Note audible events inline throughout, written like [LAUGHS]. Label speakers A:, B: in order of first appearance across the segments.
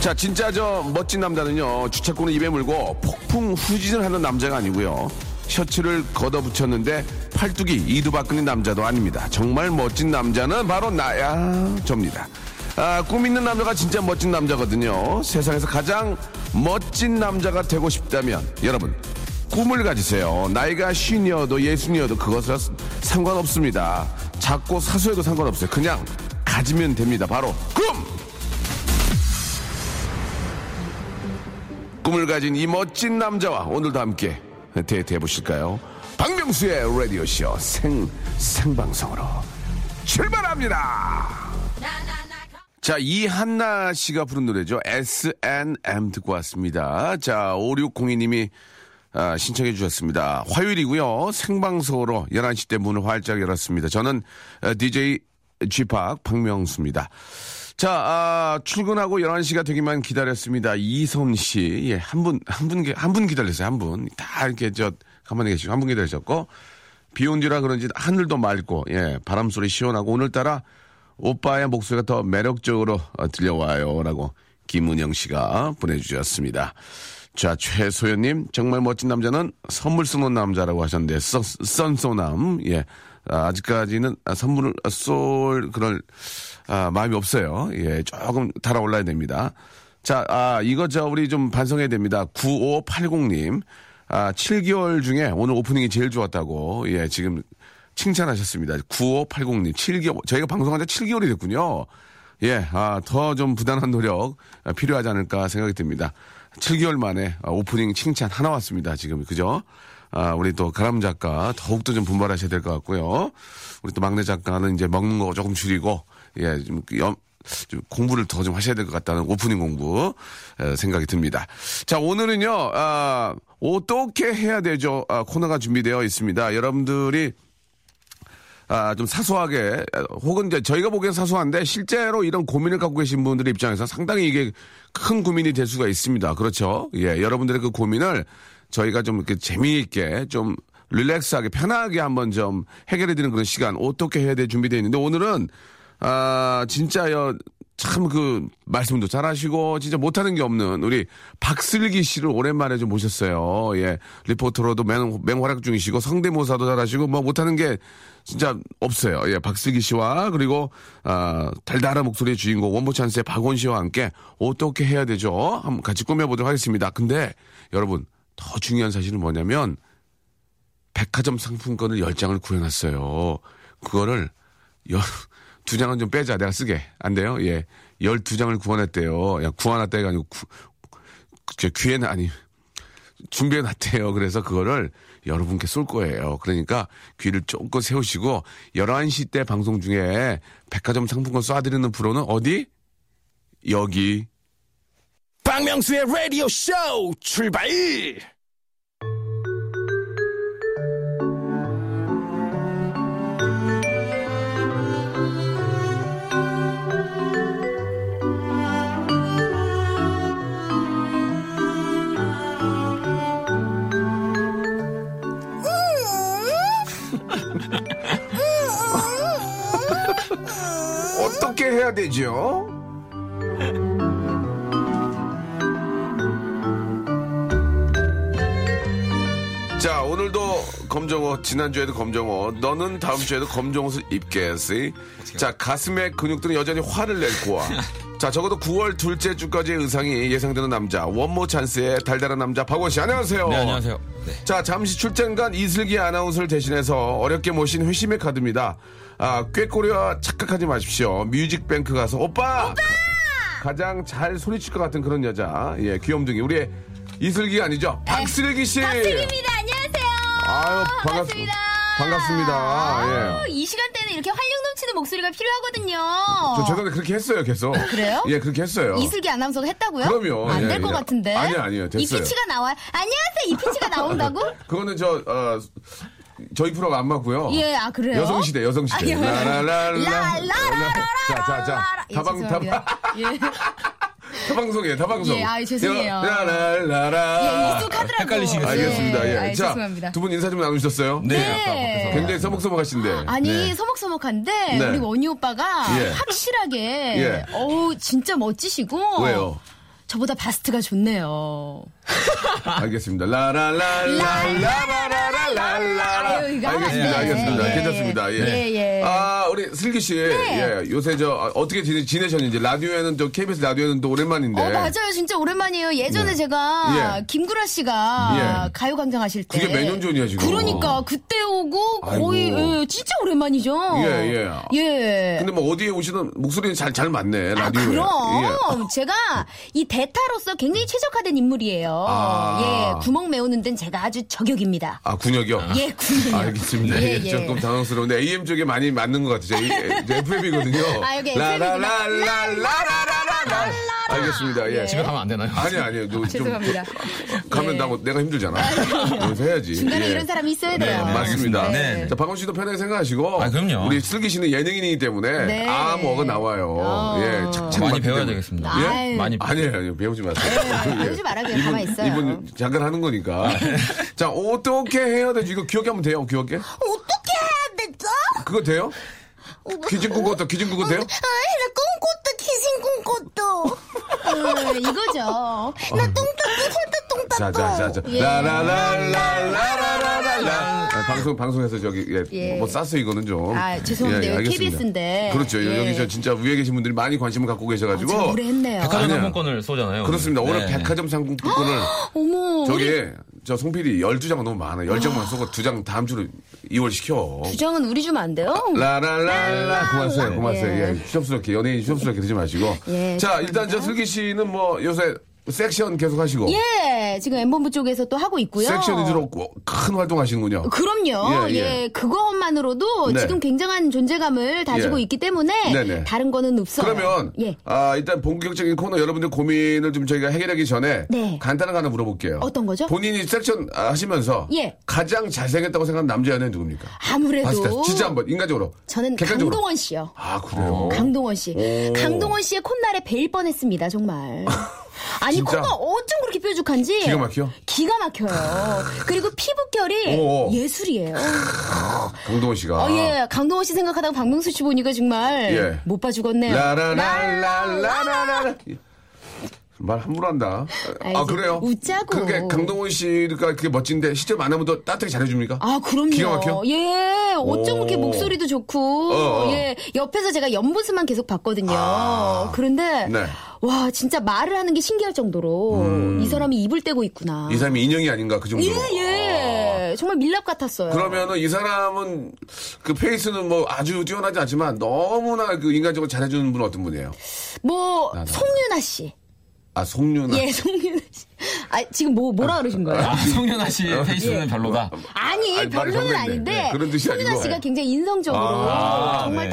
A: 자 진짜 저 멋진 남자는요 주차권을 입에 물고 폭풍 후진을 하는 남자가 아니고요 셔츠를 걷어붙였는데 팔뚝이 이두박근인 남자도 아닙니다 정말 멋진 남자는 바로 나야 접니다 아, 꿈 있는 남자가 진짜 멋진 남자거든요 세상에서 가장 멋진 남자가 되고 싶다면 여러분 꿈을 가지세요 나이가 쉰이어도 예순이어도 그것은 상관없습니다 작고 사소해도 상관없어요 그냥 가지면 됩니다 바로 꿈 꿈을 가진 이 멋진 남자와 오늘도 함께 데이트해 보실까요? 박명수의 라디오 쇼 생, 생방송으로 출발합니다. 자, 이한나 씨가 부른 노래죠. S&M 듣고 왔습니다. 자, 5602님이 아, 신청해 주셨습니다. 화요일이고요. 생방송으로 11시 때 문을 활짝 열었습니다. 저는 어, DJ 쥐팍 박명수입니다. 자, 아, 출근하고 11시가 되기만 기다렸습니다. 이섬 씨. 예, 한 분, 한 분, 기- 한 분 기다렸어요. 한 분. 다 이렇게 저, 가만히 계시고, 한 분 기다리셨고, 비 온 뒤라 그런지 하늘도 맑고, 예, 바람 소리 시원하고, 오늘따라 오빠의 목소리가 더 매력적으로 어, 들려와요. 라고 김은영 씨가 보내주셨습니다. 자, 최소연님, 정말 멋진 남자는 선물 쏘는 남자라고 하셨는데, 썬- 썬쏘남, 예. 아, 아직까지는 아, 선물을 쏠 그런 아, 마음이 없어요. 예, 조금 달아올라야 됩니다. 자, 아, 이거 저 우리 좀 반성해야 됩니다. 9580님. 아, 7개월 중에 오늘 오프닝이 제일 좋았다고. 예, 지금 칭찬하셨습니다. 9580님. 7개월. 저희가 방송한 지 7개월이 됐군요. 예, 아, 더 좀 부단한 노력 아, 필요하지 않을까 생각이 듭니다. 7개월 만에 아, 오프닝 칭찬 하나 왔습니다. 지금, 그죠? 아, 우리 또 가람 작가 더욱더 좀 분발하셔야 될 것 같고요. 우리 또 막내 작가는 이제 먹는 거 조금 줄이고, 예, 좀, 염, 좀 공부를 더 좀 하셔야 될 것 같다는 오프닝 공부 에, 생각이 듭니다. 자, 오늘은요, 아, 어떻게 해야 되죠? 아, 코너가 준비되어 있습니다. 여러분들이 아, 좀 사소하게, 아, 혹은 이제 저희가 보기엔 사소한데, 실제로 이런 고민을 갖고 계신 분들의 입장에서 상당히 이게 큰 고민이 될 수가 있습니다. 그렇죠? 예, 여러분들의 그 고민을 저희가 좀 이렇게 재미있게, 좀 릴렉스하게, 편하게 한번 좀 해결해드리는 그런 시간, 어떻게 해야 돼 준비되어 있는데, 오늘은, 아, 진짜요, 참 그 말씀도 잘하시고 진짜 못하는 게 없는 우리 박슬기 씨를 오랜만에 좀 모셨어요. 예, 리포터로도 맹, 맹활약 중이시고 성대모사도 잘하시고 뭐 못하는 게 진짜 없어요. 예, 박슬기 씨와 그리고 아, 달달한 목소리의 주인공 원보찬스의 박원 씨와 함께 어떻게 해야 되죠? 한번 같이 꾸며보도록 하겠습니다. 근데 여러분 더 중요한 사실은 뭐냐면 백화점 상품권을 10장을 구해놨어요. 그거를 열, 두 장은 좀 빼자. 내가 쓰게. 안 돼요? 예. 12장을 구워냈대요. 야, 구워놨다가 아니고, 구, 저 귀에는 아니, 준비해놨대요. 그래서 그거를 여러분께 쏠 거예요. 그러니까 귀를 쫑긋 세우시고, 11시 때 방송 중에 백화점 상품권 쏴드리는 프로는 어디? 여기.
B: 박명수의 Radio Show 출발.
A: 어떻게 해야 되죠? 자 오늘도 검정옷 지난주에도 검정옷 너는 다음주에도 검정옷을 입겠지 자 가슴의 근육들은 여전히 화를 낼
C: [LAUGHS]
A: 고와 자 적어도 9월 둘째 주까지의 의상이 예상되는 남자 원모 찬스의 달달한 남자 박원씨 안녕하세요
C: 네, 안녕하세요. 네.
A: 자, 잠시 출장 간 이슬기 아나운서를 대신해서 어렵게 모신 회심의 카드입니다. 아, 꾀꼬리와 착각하지 마십시오. 뮤직뱅크 가서 오빠! 가장 잘 소리칠 것 같은 그런 여자. 예, 귀염둥이. 우리의 이슬기가 아니죠? 박슬기 씨!
D: 박슬기입니다. 안녕하세요.
A: 아유, 반갑-
D: 반갑습니다.
A: 반갑습니다. 아, 예.
C: 아,
D: 아우, 이 시간대는 이렇게 활력
C: 파헤치는 목소리가 필요하거든요.
A: 저 최근에 그렇게 했어요, 계속.
C: 아, 그래요?
A: 예, 그렇게 했어요.
C: 이슬기 아나운서가 했다고요?
A: 그럼요.
C: 안
A: 예,
C: 될 것
A: 예.
C: 같은데.
A: 아니요, 아니요. 됐어요.
C: 이 피치가 나와요. 안녕하세요. 이 피치가
A: [LAUGHS]
C: 나온다고?
A: 그거는 저, 어, 저희 프로가 안 맞고요.
C: 예, 아, 그래요?
A: 여성시대, 여성시대.
C: 아, 예.
A: 라라라라라라. 자, 자, 자.
C: 예,
A: 다방, 다방.
C: 죄송합니다. 예.
A: 타방송이에요, 타방송.
C: 예, 아이, 죄송해요.
A: 라라라라.
C: 익숙하더라고요.
D: 헷갈리시겠어요.
A: 알겠습니다. 예.
C: 예, 아이,
A: 자,
C: 죄송합니다.
A: 두 분 인사 좀 나누셨어요?
D: 네.
C: 네.
A: 굉장히 서먹서먹하신데.
C: 아니
A: 네.
C: 서먹서먹한데
A: 네.
C: 우리 원희 오빠가
A: 예.
C: 확실하게
A: 예.
C: 어우 진짜 멋지시고
A: 왜요?
C: 저보다 바스트가 좋네요.
A: 알겠습니다. 라라라라라라라라라.
C: 아유, 이거 하면 안
A: 알겠습니다.
C: 돼.
A: 알겠습니다.
C: 예,
A: 괜찮습니다. 예.
C: 예, 네. 예.
A: 아, 우리 슬기 씨. 예. 요새 저 아, 어떻게 지내, 지내셨는지 라디오에는 저 KBS 라디오에는 또 오랜만인데.
C: 어 맞아요 진짜 오랜만이에요. 예전에 제가
A: 네. 예.
C: 김구라 씨가
A: 예.
C: 가요광장 하실 때
A: 그게 몇 년 전이야, 지금. 어.
C: 그러니까 그때 오고 거의
A: 아이고.
C: 예, 진짜 오랜만이죠.
A: 예, 예.
C: 예.
A: 근데 뭐 어디에 오시든 목소리는 잘 잘 맞네.
C: 아,
A: 라디오에. 예.
C: 그럼 제가 이 대타로서 굉장히 최적화된 인물이에요.
A: 아.
C: 예, 구멍 메우는 데는 제가 아주 저격입니다.
A: 아, 군역이요?
C: 예, 군요.
A: 알겠습니다.
C: 예,
A: 예,
C: 예.
A: 조금 당황스러운데 AM 쪽에 많이 맞는 것 같아요. 제 FM이거든요.
C: [LAUGHS] 아, 여기
A: 라라라라라라라라. 알겠습니다. 예.
D: 집에 가면 안 되나요?
A: 아니 아니요. 좀, 그
C: 죄송합니다.
A: 좀 가면 나 내가 힘들잖아. 그래서 해야지.
C: 예. 중간에
A: 예.
C: 이런 사람이 있어야 돼요.
A: 네, 맞습니다.
D: 네.
A: 자, 박원 씨도 편하게 생각하시고.
D: 아, 그럼요.
A: 우리 슬기 씨는 예능인이기 때문에.
C: 네.
A: 아무어가 나와요.
C: 어.
A: 예. 착착
D: 아, 많이
A: 맞기
D: 배워야
A: 때문에.
D: 되겠습니다.
C: 예?
D: 아유. 많이 배-
A: 아니에요, 아니에요. 배우지 마세요. [LAUGHS]
C: 네,
A: 예.
C: 아유, 배우지 말아요. 그냥 가만히 있어요.
A: 이분 잠깐 하는
D: [LAUGHS]
A: 거니까. 자, 어떻게 해야 되지? 이거 기억하면 돼요, 기억해?
C: 어떻게 해야 되죠?
A: 그거 돼요?
C: 어, 뭐.
A: 기진국 것도 기진국 것 돼요?
C: 아, 그, 아이, 나 꿈꿨다, 기생꿈꿨다. 이거죠.
A: 아. 자, 자, 자, 자.
C: 예.
A: 라라라라라라라라. 아, 방송 방송에서 저기 예,
C: 예.
A: 뭐 쌌어 이거는 좀. 예,
C: 아, 죄송한데 여기
A: 알겠습니다.
C: KBS인데.
A: 그렇죠.
C: 예.
A: 여기 저 진짜 위에 계신 분들이 많이 관심을 갖고 계셔가지고.
C: 아, 오래 했네요.
D: 백화점
A: 아니에요.
D: 상품권을 쏘잖아요.
A: 그렇습니다. 오늘
D: 네.
A: 백화점 상품권을
C: 아, 어머,
A: 저기
C: 우리
A: 저 송필이 12장 너무 많아. 10장만 쏘고 2장 다음 주로 이월시켜.
C: 주장은 우리 주면 안 돼요?
A: 라라라라 고맙습니다. 고맙습니다.
C: 예.
A: 예. 추접스럽게 연예인 추접스럽게 되지 마시고.
C: 예,
A: 자, 일단 저 슬기 씨는 뭐 요새 섹션 계속 하시고
C: 예, 지금 엠본부 쪽에서 또 하고 있고요.
A: 섹션 위주로 꼭 큰 활동하시는군요.
C: 그럼요.
A: 예,
C: 예,
A: 예.
C: 그것만으로도
A: 네.
C: 지금 굉장한 존재감을 다지고
A: 예.
C: 있기 때문에
A: 네네.
C: 다른 거는 없어요.
A: 그러면
C: 예.
A: 아, 일단 본격적인 코너 여러분들 고민을 좀 저희가 해결하기 전에
C: 네.
A: 간단한 거 하나 물어볼게요.
C: 어떤 거죠?
A: 본인이 섹션 아, 하시면서
C: 예.
A: 가장 잘생겼다고 생각하는 남자 연예인 누굽니까?
C: 아무래도
A: 봤을 때 진짜 한번 인간적으로
C: 저는
A: 객관적으로.
C: 강동원 씨요.
A: 아 그래요.
C: 강동원 씨. 강동원 씨의 콧날에 베일 뻔했습니다,
A: [LAUGHS]
C: 정말. 아니
A: 진짜?
C: 코가 어쩜 그렇게 뾰족한지
A: 기가 막혀?
C: 기가 막혀요. 그리고 피부결이
A: 오, 오.
C: 예술이에요.
A: 강동원 씨가
C: 어, 예, 강동원 씨 생각하다가 박명수 씨 보니까 정말
A: 예.
C: 못 봐주겠네요.
A: 라라라라라라라. 말 함부로 한다. 아,
C: 알지.
A: 그래요?
C: 웃자고.
A: 그렇게 강동원 씨가 그게 멋진데 실제 만나면 더 따뜻하게 잘해줍니까?
C: 아, 그럼요.
A: 기가 막혀?
C: 예, 어쩜
A: 오.
C: 그렇게 목소리도 좋고,
A: 어, 어.
C: 예, 옆에서 제가 옆모습만 계속 봤거든요.
A: 아.
C: 그런데,
A: 네.
C: 와, 진짜 말을 하는 게 신기할 정도로, 이 사람이 입을 떼고 있구나.
A: 음. 이 사람이 인형이 아닌가 그 정도로.
C: 예, 예. 정말 밀랍 같았어요.
A: 그러면은 이 사람은 그 페이스는 뭐 아주 뛰어나지 않지만 너무나 그 인간적으로 잘해주는 분은 어떤 분이에요?
C: 뭐,
A: 네,
C: 송윤아 씨.
A: 아, 송윤아.
C: 예, 송윤아 씨. 아, 지금 뭐, 뭐라 그러신 거예요?
D: 아, 성윤아 씨 페이스는 별로다.
A: 아니,
C: 아니,
A: 말이
C: 별로는
A: 별로였네.
C: 아닌데,
A: 그런 뜻이
C: 송윤아
A: 아니고.
C: 씨가 굉장히 인성적으로 정말
D: 네.
A: 아, 송윤아 씨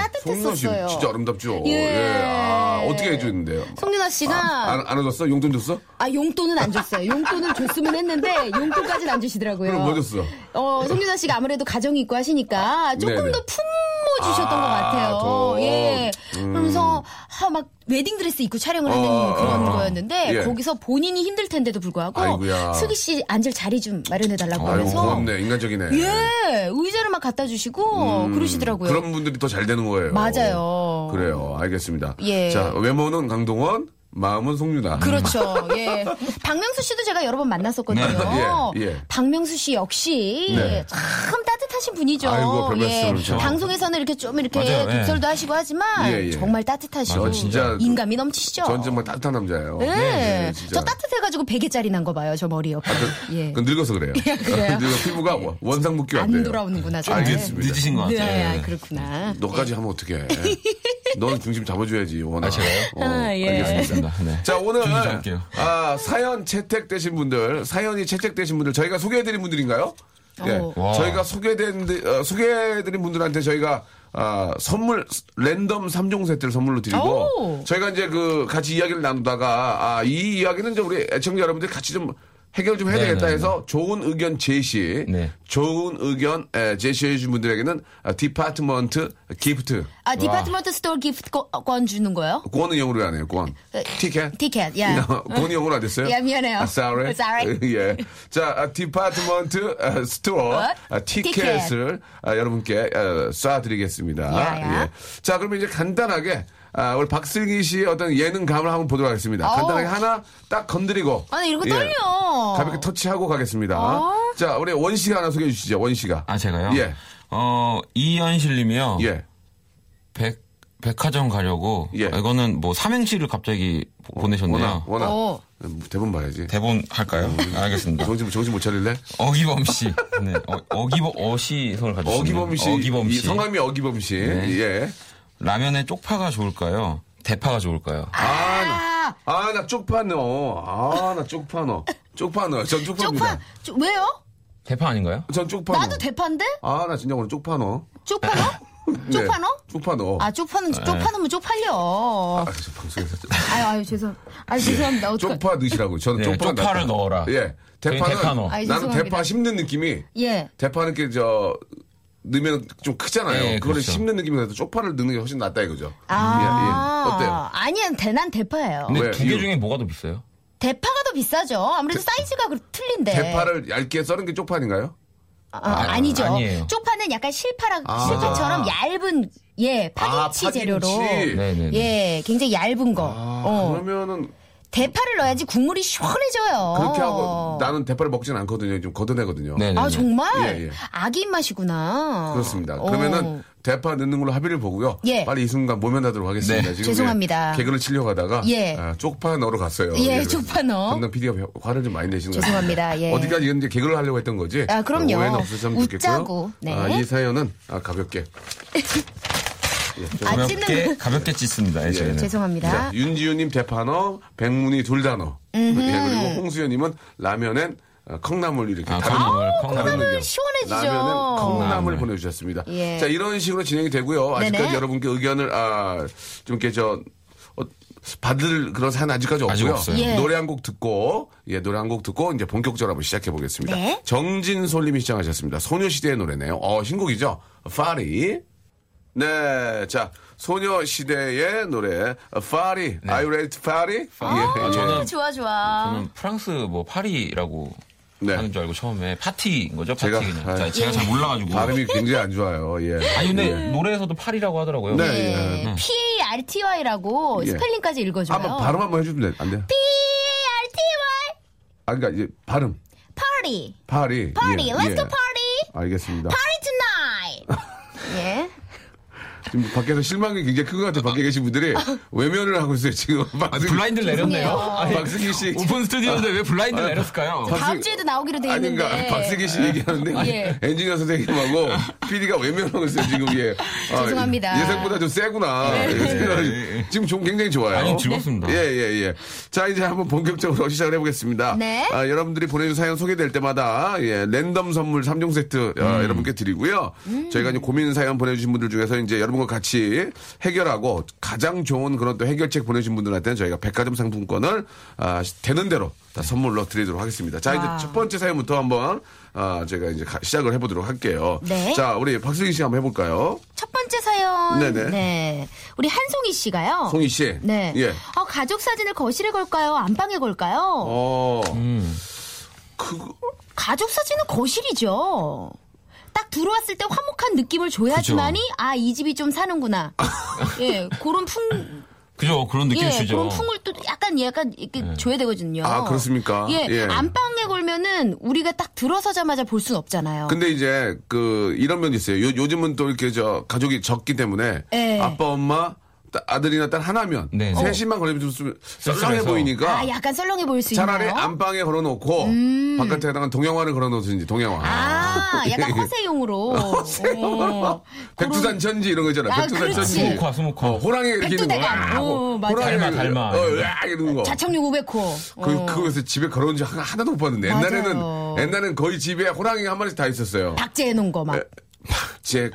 C: 따뜻했었어요.
A: 진짜 아름답죠?
C: 예.
A: 아, 어떻게 해주는데요?
C: 송윤아 씨가
A: 안, 안 해줬어? 용돈 줬어?
C: 아 용돈은 안 줬어요. 용돈을 줬으면 했는데 용돈까지는 안 주시더라고요.
A: 그럼 뭐 줬어?
C: 어 송윤아 씨가 아무래도 가정이 있고 하시니까 조금
A: 네네.
C: 더 품어 주셨던 것
A: 아,
C: 같아요.
A: 더. 음.
C: 예. 그러면서 아, 막 웨딩 드레스 입고 촬영을 하는
A: 어,
C: 그런
A: 어, 어.
C: 거였는데
A: 예.
C: 거기서 본인이 힘들 텐데도 불구하고
A: 아이고야.
C: 수기 씨 앉을 자리 좀 마련해 달라고
A: 아유,
C: 하면서
A: 고맙네. 인간적이네.
C: 예 의자를 막 갖다 주시고 그러시더라고요.
A: 음, 그런 분들이 더 잘 되는 거예요.
C: 맞아요.
A: 그래요. 알겠습니다.
C: 예.
A: 자, 외모는 강동원, 마음은 송유나.
C: 그렇죠.
A: 음. [LAUGHS]
C: 예. 박명수 씨도 제가 여러 번 만났었거든요.
A: 예, 예.
C: 박명수 씨 역시
A: 네.
C: 참 따뜻하신 분이죠. 예.
A: 아이고, 별 말씀을 참.
C: 방송에서는 이렇게 좀 이렇게
D: 맞아요, 예.
C: 급설도 하시고 하지만
A: 예, 예.
C: 정말 따뜻하시고
A: 저 진짜-
C: 인감이 넘치시죠.
A: 전 정말 따뜻한 남자예요. 네,
C: 예.
A: 진짜. 아,
C: 저 따뜻해가지고 베개짜리 난 거 봐요. 저 머리 옆에. [LAUGHS] 예.
A: 그건 늙어서 그래요.
C: 그래요?
A: [LAUGHS] 늙어 피부가 원- 원상복귀 안 돼요.
C: 안 돌아오는구나. 잘.
A: 알겠습니다.
D: 늦으신 것 같아요.
C: 네, 아, 그렇구나.
A: 너까지 하면 어떡해. 너는 중심 잡아줘야지, 원아.
D: 아, 제가요?
A: 어,
C: 아, 예.
A: 알겠습니다.
D: 알겠습니다. 네.
A: 자, 오늘,
D: 중심 잡을게요.
A: 아, 사연 채택되신 분들, 사연이 채택되신 분들, 저희가 소개해드린 분들인가요? 예.
C: 어.
D: 와.
A: 저희가 소개된, 데- 어, 소개해드린 분들한테 저희가 아, 선물, 랜덤 3종 세트를 선물로 드리고,
C: 오.
A: 저희가 이제 그 같이 이야기를 나누다가, 아, 이 이야기는 이제 우리 애청자 여러분들이 같이 좀 해결 좀 해야
D: 네,
A: 되겠다
D: 네,
A: 해서 좋은 의견 제시,
D: 네.
A: 좋은 의견 에, 제시해주신 분들에게는 아, 디파트먼트 기프트,
C: 아 디파트먼트 스토어 기프트권 주는 거예요?
A: 권은영으로 안 해요, 권.
C: 에,
A: 티켓?
C: 티켓, 예.
A: 권은영으로 안 됐어요?
C: 예, 미안해요.
A: 아, sorry.
C: Sorry.
A: 예. 자, 아, 디파트먼트 아, 스토어
C: What?
A: 아, 티켓을 아, 여러분께 아, 쏴드리겠습니다.
C: 야, 야.
A: 예. 자, 그러면 이제 간단하게 아, 우리 박슬기 씨의 어떤 예능감을 한번 보도록 하겠습니다.
C: 어우.
A: 간단하게 하나 딱 건드리고.
C: 아니 이런 거
A: 예.
C: 떨려.
A: 가볍게 터치하고 가겠습니다.
C: 어?
A: 자, 우리 원 씨가 하나 소개해 주시죠. 원 씨가.
D: 아 제가요.
A: 예.
D: 어 이현실님이요.
A: 예.
D: 백 백화점 가려고.
A: 예.
D: 아, 이거는 뭐 삼행시를 갑자기 보- 보내셨네요.
A: 원아, 원아.
C: 어.
A: 예, 음, 대본 봐야지.
D: 대본 할까요? 알겠습니다.
A: 정신, 정신 못 차릴래?
D: 어기범 씨. 네. 어, 기범 어시 성을 가졌어요.
A: 어기범 씨.
D: 어기범
A: 이
D: 씨. 네.
A: 성함이 어기범 씨. 예.
D: 라면에 쪽파가 좋을까요? 대파가 좋을까요?
A: 아, 나, 아, 나 쪽파 넣어. 아, 나 쪽파 넣어. 쪽파 넣어. 전 쪽파입니다.
C: 쪽파 저- 왜요?
D: 대파 아닌가요?
A: 전 쪽파 넣어.
C: 나도 대파인데
A: 아, 나 진짜 오늘 쪽파 넣어.
C: 쪽파 넣어?
A: [LAUGHS] 네.
C: 쪽파 넣어?
A: 쪽파 넣어. 네.
C: 아 쪽파는 쪽파 넣으면 쪽팔려.
A: 아, 저 방송에서.
C: 아유 아유 죄송. 아유 죄송합니다. 어떡하-
A: 쪽파 넣으시라고. 저는
D: 네,
A: 쪽파
D: 쪽파를
A: 낫다.
D: 넣어라.
A: 예.
D: 저희
A: 대파는.
D: 대파 넣어.
C: 아이,
A: 나는
C: 죄송합니다.
A: 대파 씹는 느낌이.
C: 예.
A: 대파는 이렇게 저, 넣으면 좀 크잖아요.
D: 예,
A: 그거를
D: 그렇죠.
A: 씹는 느낌이 나서 쪽파를 넣는 게 훨씬 낫다 이거죠.
C: 아.
A: 예, 예. 어때요? 네.
C: 아니야 대난 대파예요.
D: 근데
A: 왜?
D: 두 개
A: 이유?
D: 중에 뭐가 더 비싸요?
C: 대파가 더 비싸죠. 아무래도 사이즈가 그 틀린데.
A: 대파를 얇게 썰은 게 쪽파 아닌가요?
C: 아, 니죠
D: 아니에요.
C: 쪽파는 약간 실파라
A: 아.
C: 실파처럼 얇은 예 파김치
A: 아, 파김치.
C: 재료로
D: 네네.
C: 예 굉장히 얇은 거.
A: 아,
C: 어.
A: 그러면은
C: 대파를 넣어야지 국물이 시원해져요.
A: 그렇게 하고 나는 대파를 먹진 않거든요. 좀 걷어내거든요.
D: 네.
C: 아 정말
A: 예, 예.
C: 아기 입맛이구나.
A: 그렇습니다.
C: 어.
A: 그러면은 대파 넣는 걸로 합의를 보고요.
C: 예. 네.
A: 빨리 이 순간 모면하도록 하겠습니다. 지금
C: 죄송합니다.
A: 예, 개그를 치려고 하다가
C: 예.
A: 아, 쪽파 넣으러 갔어요.
C: 예, 쪽파 넣어.
A: 담당 PD가 화를 좀 많이 내시는 것
C: 죄송합니다.
A: 같습니다.
C: 예.
A: 어디까지 이제 개그를 하려고 했던 거지.
C: 아, 그럼요.
A: 오해는 없으셨으면 좋겠고요.
C: 웃자고. 네.
A: 아, 이 사연은 아, 가볍게.
C: 아, 찢는
D: 가볍게 가볍게 찢습니다. 예, 저희는.
C: 죄송합니다.
A: 네. 자, 윤지우님 대파 넣어, 백문이 둘 다 넣어. 예, 그리고 홍수연님은 라면엔 어, 콩나물 이렇게
D: 아,
A: 다른
D: 콩나물,
A: 거.
D: 콩나물.
A: 다른 거죠.
C: 시원해지죠.
A: 라면엔 콩나물
D: 콩나물.
A: 보내주셨습니다.
C: 예.
A: 자 이런 식으로 진행이 되고요. 아직까지
C: 네네.
A: 여러분께 의견을 아, 좀 이렇게 저 어, 받을 그런 사연 아직까지 없고요.
D: 아직 없어요.
C: 예.
A: 노래 한 곡 듣고 예 노래 한 곡 듣고 이제 본격적으로 한번 시작해 보겠습니다.
C: 네.
A: 정진솔님이 시청하셨습니다. 소녀시대의 노래네요. 어 신곡이죠. 파리. 네, 자 소녀시대의 노래 어, 파리. Are you ready to party?
C: 아.
A: 예, 예.
D: 네. 저는-
C: 어, 좋아 좋아.
D: 저는 프랑스 뭐 파리라고
A: 네.
D: 하는 줄 알고 처음에 파티인 거죠. 파티
A: 제가-
D: 제가, 그냥.
A: 아이.
D: 자, 제가 잘 몰라가지고.
A: 발음이 굉장히 안 좋아요. 예.
D: 아니 근데
A: 예.
D: 노래에서도 파리라고 하더라고요.
A: 네.
C: 네. PARTY라고
A: 예.
C: 스펠링까지 읽어줘요.
A: 한번 발음 한번 해주면 안 돼요?
C: PARTY
A: 아, 그러니까 이제 발음.
C: party
A: 파리.
C: party
A: 예,
C: let's
A: 예.
C: go party
A: 알겠습니다.
C: party
A: [LAUGHS]
C: tonight. 예.
A: 지금 밖에서 실망이 굉장히 큰 것 같아요. 밖에 계신 분들이
C: 어.
A: 외면을 하고 있어요. 지금 [LAUGHS] 박승-
D: 블라인드를 내렸네요. 아니,
A: 박승기 아, 네. 씨.
D: 오픈 스튜디오인데 왜 블라인드를 내렸을까요?
A: 박승-
C: 다음 주에도 나오기로 돼
A: 아니,
C: 있는데.
A: 그러니까 박승기 씨 얘기하는데
C: 예.
A: 엔지니어 선생님하고 PD가 외면하고 있어요. 지금 예. 아,
C: [LAUGHS] 죄송합니다. 네.
A: 예상보다 좀 세구나. 예. [LAUGHS] 지금 좀 굉장히 좋아요.
D: 아니, 즐겁습니다.
A: 예, 예, 예. 자, 이제 한번 본격적으로 시작을 해보겠습니다.
C: 네.
A: 아, 여러분들이 보내준 사연 소개될 때마다 예, 랜덤 선물 3종 세트 어,
C: 음.
A: 여러분께 드리고요. 저희가 이제 고민 사연 보내주신 분들 중에서 이제 여러분과 같이 해결하고 가장 좋은 그런 또 해결책 보내주신 분들한테는 저희가 백화점 상품권을 아, 되는 대로 다 선물로 드리도록 하겠습니다. 자, 이제
C: 와.
A: 첫 번째 사연부터 한번 아, 제가 이제 가- 시작을 해보도록 할게요.
C: 네.
A: 자, 우리 박승희 씨 한번 해볼까요?
C: 첫 번째 사연.
A: 네네.
C: 네. 우리 한송이 씨가요.
A: 송희 씨.
C: 네.
A: 예.
C: 어, 가족 사진을 거실에 걸까요? 안방에 걸까요?
A: 어. 그거.
C: 가족 사진은 거실이죠. 딱 들어왔을 때 화목한 느낌을 줘야지만이 아 이 집이 좀
A: [LAUGHS]
C: 사는구나. 예, 그런 풍,
D: 그죠 그런 느낌
C: 예,
D: 주죠.
C: 그런 풍을 또 약간 약간 이렇게 줘야 되거든요.
A: 아, 그렇습니까?
C: 예,
A: 예.
C: 안방에 걸면은 우리가 딱 들어서자마자 볼 순 없잖아요.
A: 근데 이제 그 이런 면이 있어요. 요, 요즘은 또 이렇게 저 가족이 적기 때문에
C: 예.
A: 아빠 엄마 따- 아들이나 딸 하나면
D: 네, 네.
A: 셋이만 걸리면 좀 쏠- 썰렁해
D: 쏠쏠해서.
A: 보이니까
C: 아, 약간 썰렁해 보일 수
A: 차라리
C: 있나요?
A: 안방에 걸어놓고 바깥에다가 동양화를 걸어놓든지 동양화.
C: 아, 아,
A: [LAUGHS]
C: 약간 허세용으로.
A: 아,
C: 어.
A: 백두산 천지 이런 거잖아.
C: 아,
A: 백두산
C: 그렇지.
A: 천지.
D: 수목화, 수목화.
A: 어, 호랑이 이렇게 있는 거.
C: 백두대간.
A: 으악 하고,
C: 어, 맞아.
A: 호랑이가
D: 닮아, 닮아.
A: 이렇게, 어, 으악 이러는 거.
C: 자청력 500호.
A: 그, 그거에서 집에 걸어온 지 하나, 하나도 못 봤는데. 옛날에는,
C: 맞아요.
A: 옛날에는 거의 집에 호랑이 한 마리씩 다 있었어요.
C: 박제해놓은 거 막.
A: 예. 박제.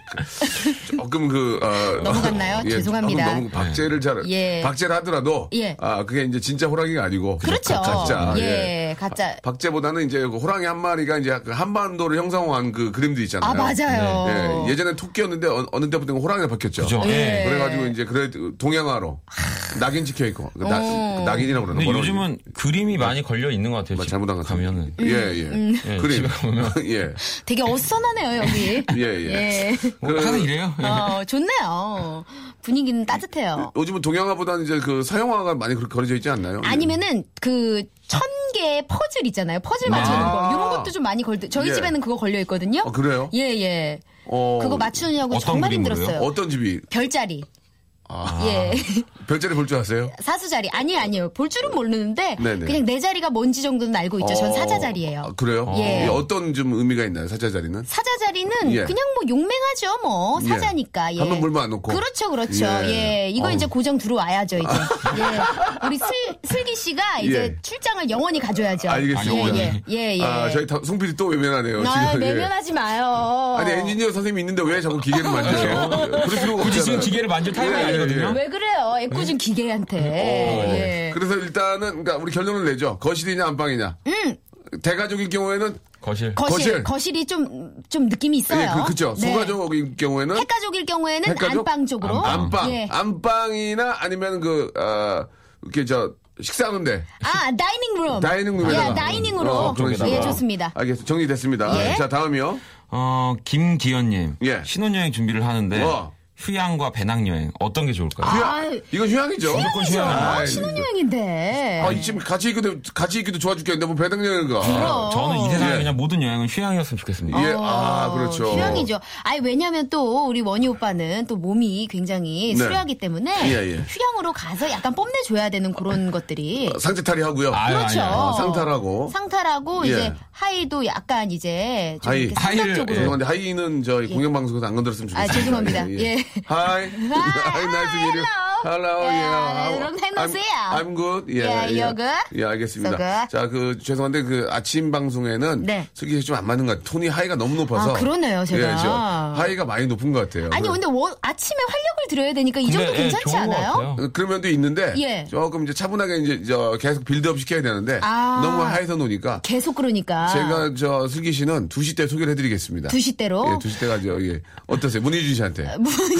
A: 조금 그, 어,
C: 넘어갔나요? 죄송합니다.
A: 조금 너무 박제를 잘,
C: 예.
A: 박제를 하더라도.
C: 예.
A: 아, 그게 이제 진짜 호랑이가 아니고.
C: 그렇죠.
A: 가- 가짜.
C: 예, 가짜.
A: 박제보다는 이제 그 호랑이 한 마리가 이제 그 한반도를 형상화한 그 그림도 있잖아요.
C: 아, 맞아요.
A: 예, 예전엔 토끼였는데 어, 어느 때부터 호랑이가 바뀌었죠.
D: 그죠? 예.
A: 그래가지고 이제 그래 동양화로 낙인 찍혀 있고 그 나,
C: 어.
A: 그 낙인이라고 그러나
D: 근데
A: 뭐라고
D: 요즘은 그림이 많이 걸려 있는 것 같아요.
A: 그러지?
D: 집
A: 잘못한 것 같은데.
D: 가면은.
A: 예, 예.
C: 음,
D: 예,
A: 그림.
D: 집에 가면.
A: [LAUGHS] 예.
C: 되게 어수선하네요, 여기.
A: 예, 예.
C: 예.
D: 뭐 항상 이래요.
A: 아,
D: 예.
C: 어, 좋네요. 분위기는 따뜻해요.
A: 요즘은 동양화보다는 이제 그 서양화가 많이 그렇게 걸려져 있지 않나요?
C: 아니면은 그 천 개의 퍼즐 있잖아요. 퍼즐 맞추는 거. 이런 것도 좀 많이 걸 저희
A: 예.
C: 집에는 그거 걸려 있거든요.
A: 아, 그래요?
C: 예, 예.
A: 어,
C: 그거 맞추느냐고
D: 어떤
C: 정말
D: 그림으로요?
C: 힘들었어요.
A: 어떤 집이
C: 별자리. 예. [LAUGHS]
A: 별자리 볼 줄 아세요?
C: 사수 자리. 아니, 아니요. 볼 줄은 모르는데
A: 네네.
C: 그냥 내 자리가 뭔지 정도는 알고 있죠. 전
A: 어,
C: 사자 자리예요.
A: 아, 그래요?
C: 예.
A: 이 어떤 좀 의미가 있나요? 사자 자리는?
C: 사자 자리는
A: 예.
C: 그냥 뭐 용맹하죠 뭐
A: 예.
C: 사자니까 예.
A: 한번 물면 안 놓고.
C: 그렇죠 그렇죠
A: 예.
C: 예, 이거 이제 고정 들어와야죠
A: [LAUGHS]
C: 이제 예. 우리 슬, 슬기 씨가 이제
A: 예.
C: 출장을 영원히 가져야죠
A: 알겠습니다.
C: 예예예 예, 예.
A: 아, 저희 다- 송PD 또 외면하네요.
C: 아,
A: 지금. 예.
C: 내면하지 마요
A: 아니, 엔지니어 선생님이 있는데 왜 자꾸 기계를
C: [LAUGHS]
A: 만져요? 예, 그럴 필요가
D: 굳이 지금
A: 없잖아요.
D: 기계를 만질 타이밍이
A: 예, 예,
D: 아니거든요.
A: 예. 어,
C: 왜 그래요 애꿎은 기계한테
D: 네.
C: 예.
A: 그래서 일단은 그러니까 우리 결론을 내죠. 거실이냐 안방이냐.
C: 음.
A: 대가족일 경우에는
C: 거실
D: 거실.
A: 그 거실.
C: 거실. 이 좀 좀 느낌이 있어요
A: 예, 그, 그죠.
C: 네.
A: 소가족일 경우에는
C: 핵가족일 경우에는
A: 핵가족?
C: 안방 쪽으로
A: 안방,
C: 예.
A: 안방이나 아니면 그 아, 이렇게 저 식사하는데 어,
C: 아 다이닝 룸
A: 다이닝 룸에
C: 예 다이닝 룸 예, 좋습니다
A: 알겠습니다. 정리됐습니다.
C: 예.
A: 자 다음이요.
D: 어, 김기현님.
A: 예.
D: 신혼여행 준비를 하는데
A: 와.
D: 휴양과 배낭여행 어떤 게 좋을까요?
C: 아,
A: 이건 휴양이죠.
C: 휴양이죠.
A: 아이,
C: 신혼여행인데.
A: 아, 이 지금 같이 있기도 같이 있기도 좋아 죽겠는데 뭐 배당여행가.
C: 그럼.
D: 저는 이 세상에
A: 예.
D: 그냥 모든 여행은 휴양이었으면 좋겠습니다.
A: 예, 아 그렇죠.
C: 휴양이죠. 어, 아니 왜냐하면 또 우리 원희 오빠는 또 몸이 굉장히
A: 네.
C: 수려하기 때문에
A: 예, 예.
C: 휴양으로 가서 약간 뽐내줘야 되는 그런 것들이
A: 어, 상체탈이 하고요.
D: 아유,
C: 그렇죠.
D: 아니요, 아니요.
A: 상탈하고.
C: 상탈하고
A: 예.
C: 이제 하이도 약간 이제 좀
A: 하이.
C: 이렇게 상단
D: 하이를, 예.
C: 쪽으로.
A: 죄송한데 하이는 저희 공영방송에서 안 건드렸으면
C: 아,
A: 좋겠어요.
C: 죄송합니다. 예.
A: 하이. 하이 나이스 미리.
C: hello.
A: 헬로.
C: 네,
A: 예.
C: Yeah, 그럼 해놓으세요.
A: I'm good. 예.
C: Yeah,
A: 예.
C: you're good?
A: 예, 알겠습니다.
C: So good.
A: 자, 그 죄송한데 그 아침 방송에는
C: 네.
A: 솔직히 좀안 맞는 것 같아요. 톤이 하이가 너무 높아서.
C: 아, 그러네요, 제가.
A: 예, 저 하이가 많이 높은 것 같아요. 그
C: 아니 근데 원- 아침에 활력을 들여야 되니까 이 정도
D: 근데, 예,
C: 괜찮지
D: 좋은 것
C: 않아요?
D: 같아요.
A: 그- 그런 면도 있는데
C: 예.
A: 조금 이제 차분하게 이제 저 계속 빌드업 시켜야 되는데
C: 아.
A: 너무 하에서 노니까
C: 계속 그러니까.
A: 제가 저 슬기 씨는 2시 때 소개를 해드리겠습니다.
C: 2시 때로? [LAUGHS]
A: 예, 2시 때가 저 예. 어떠세요? 문희준 씨한테.
C: 문희준.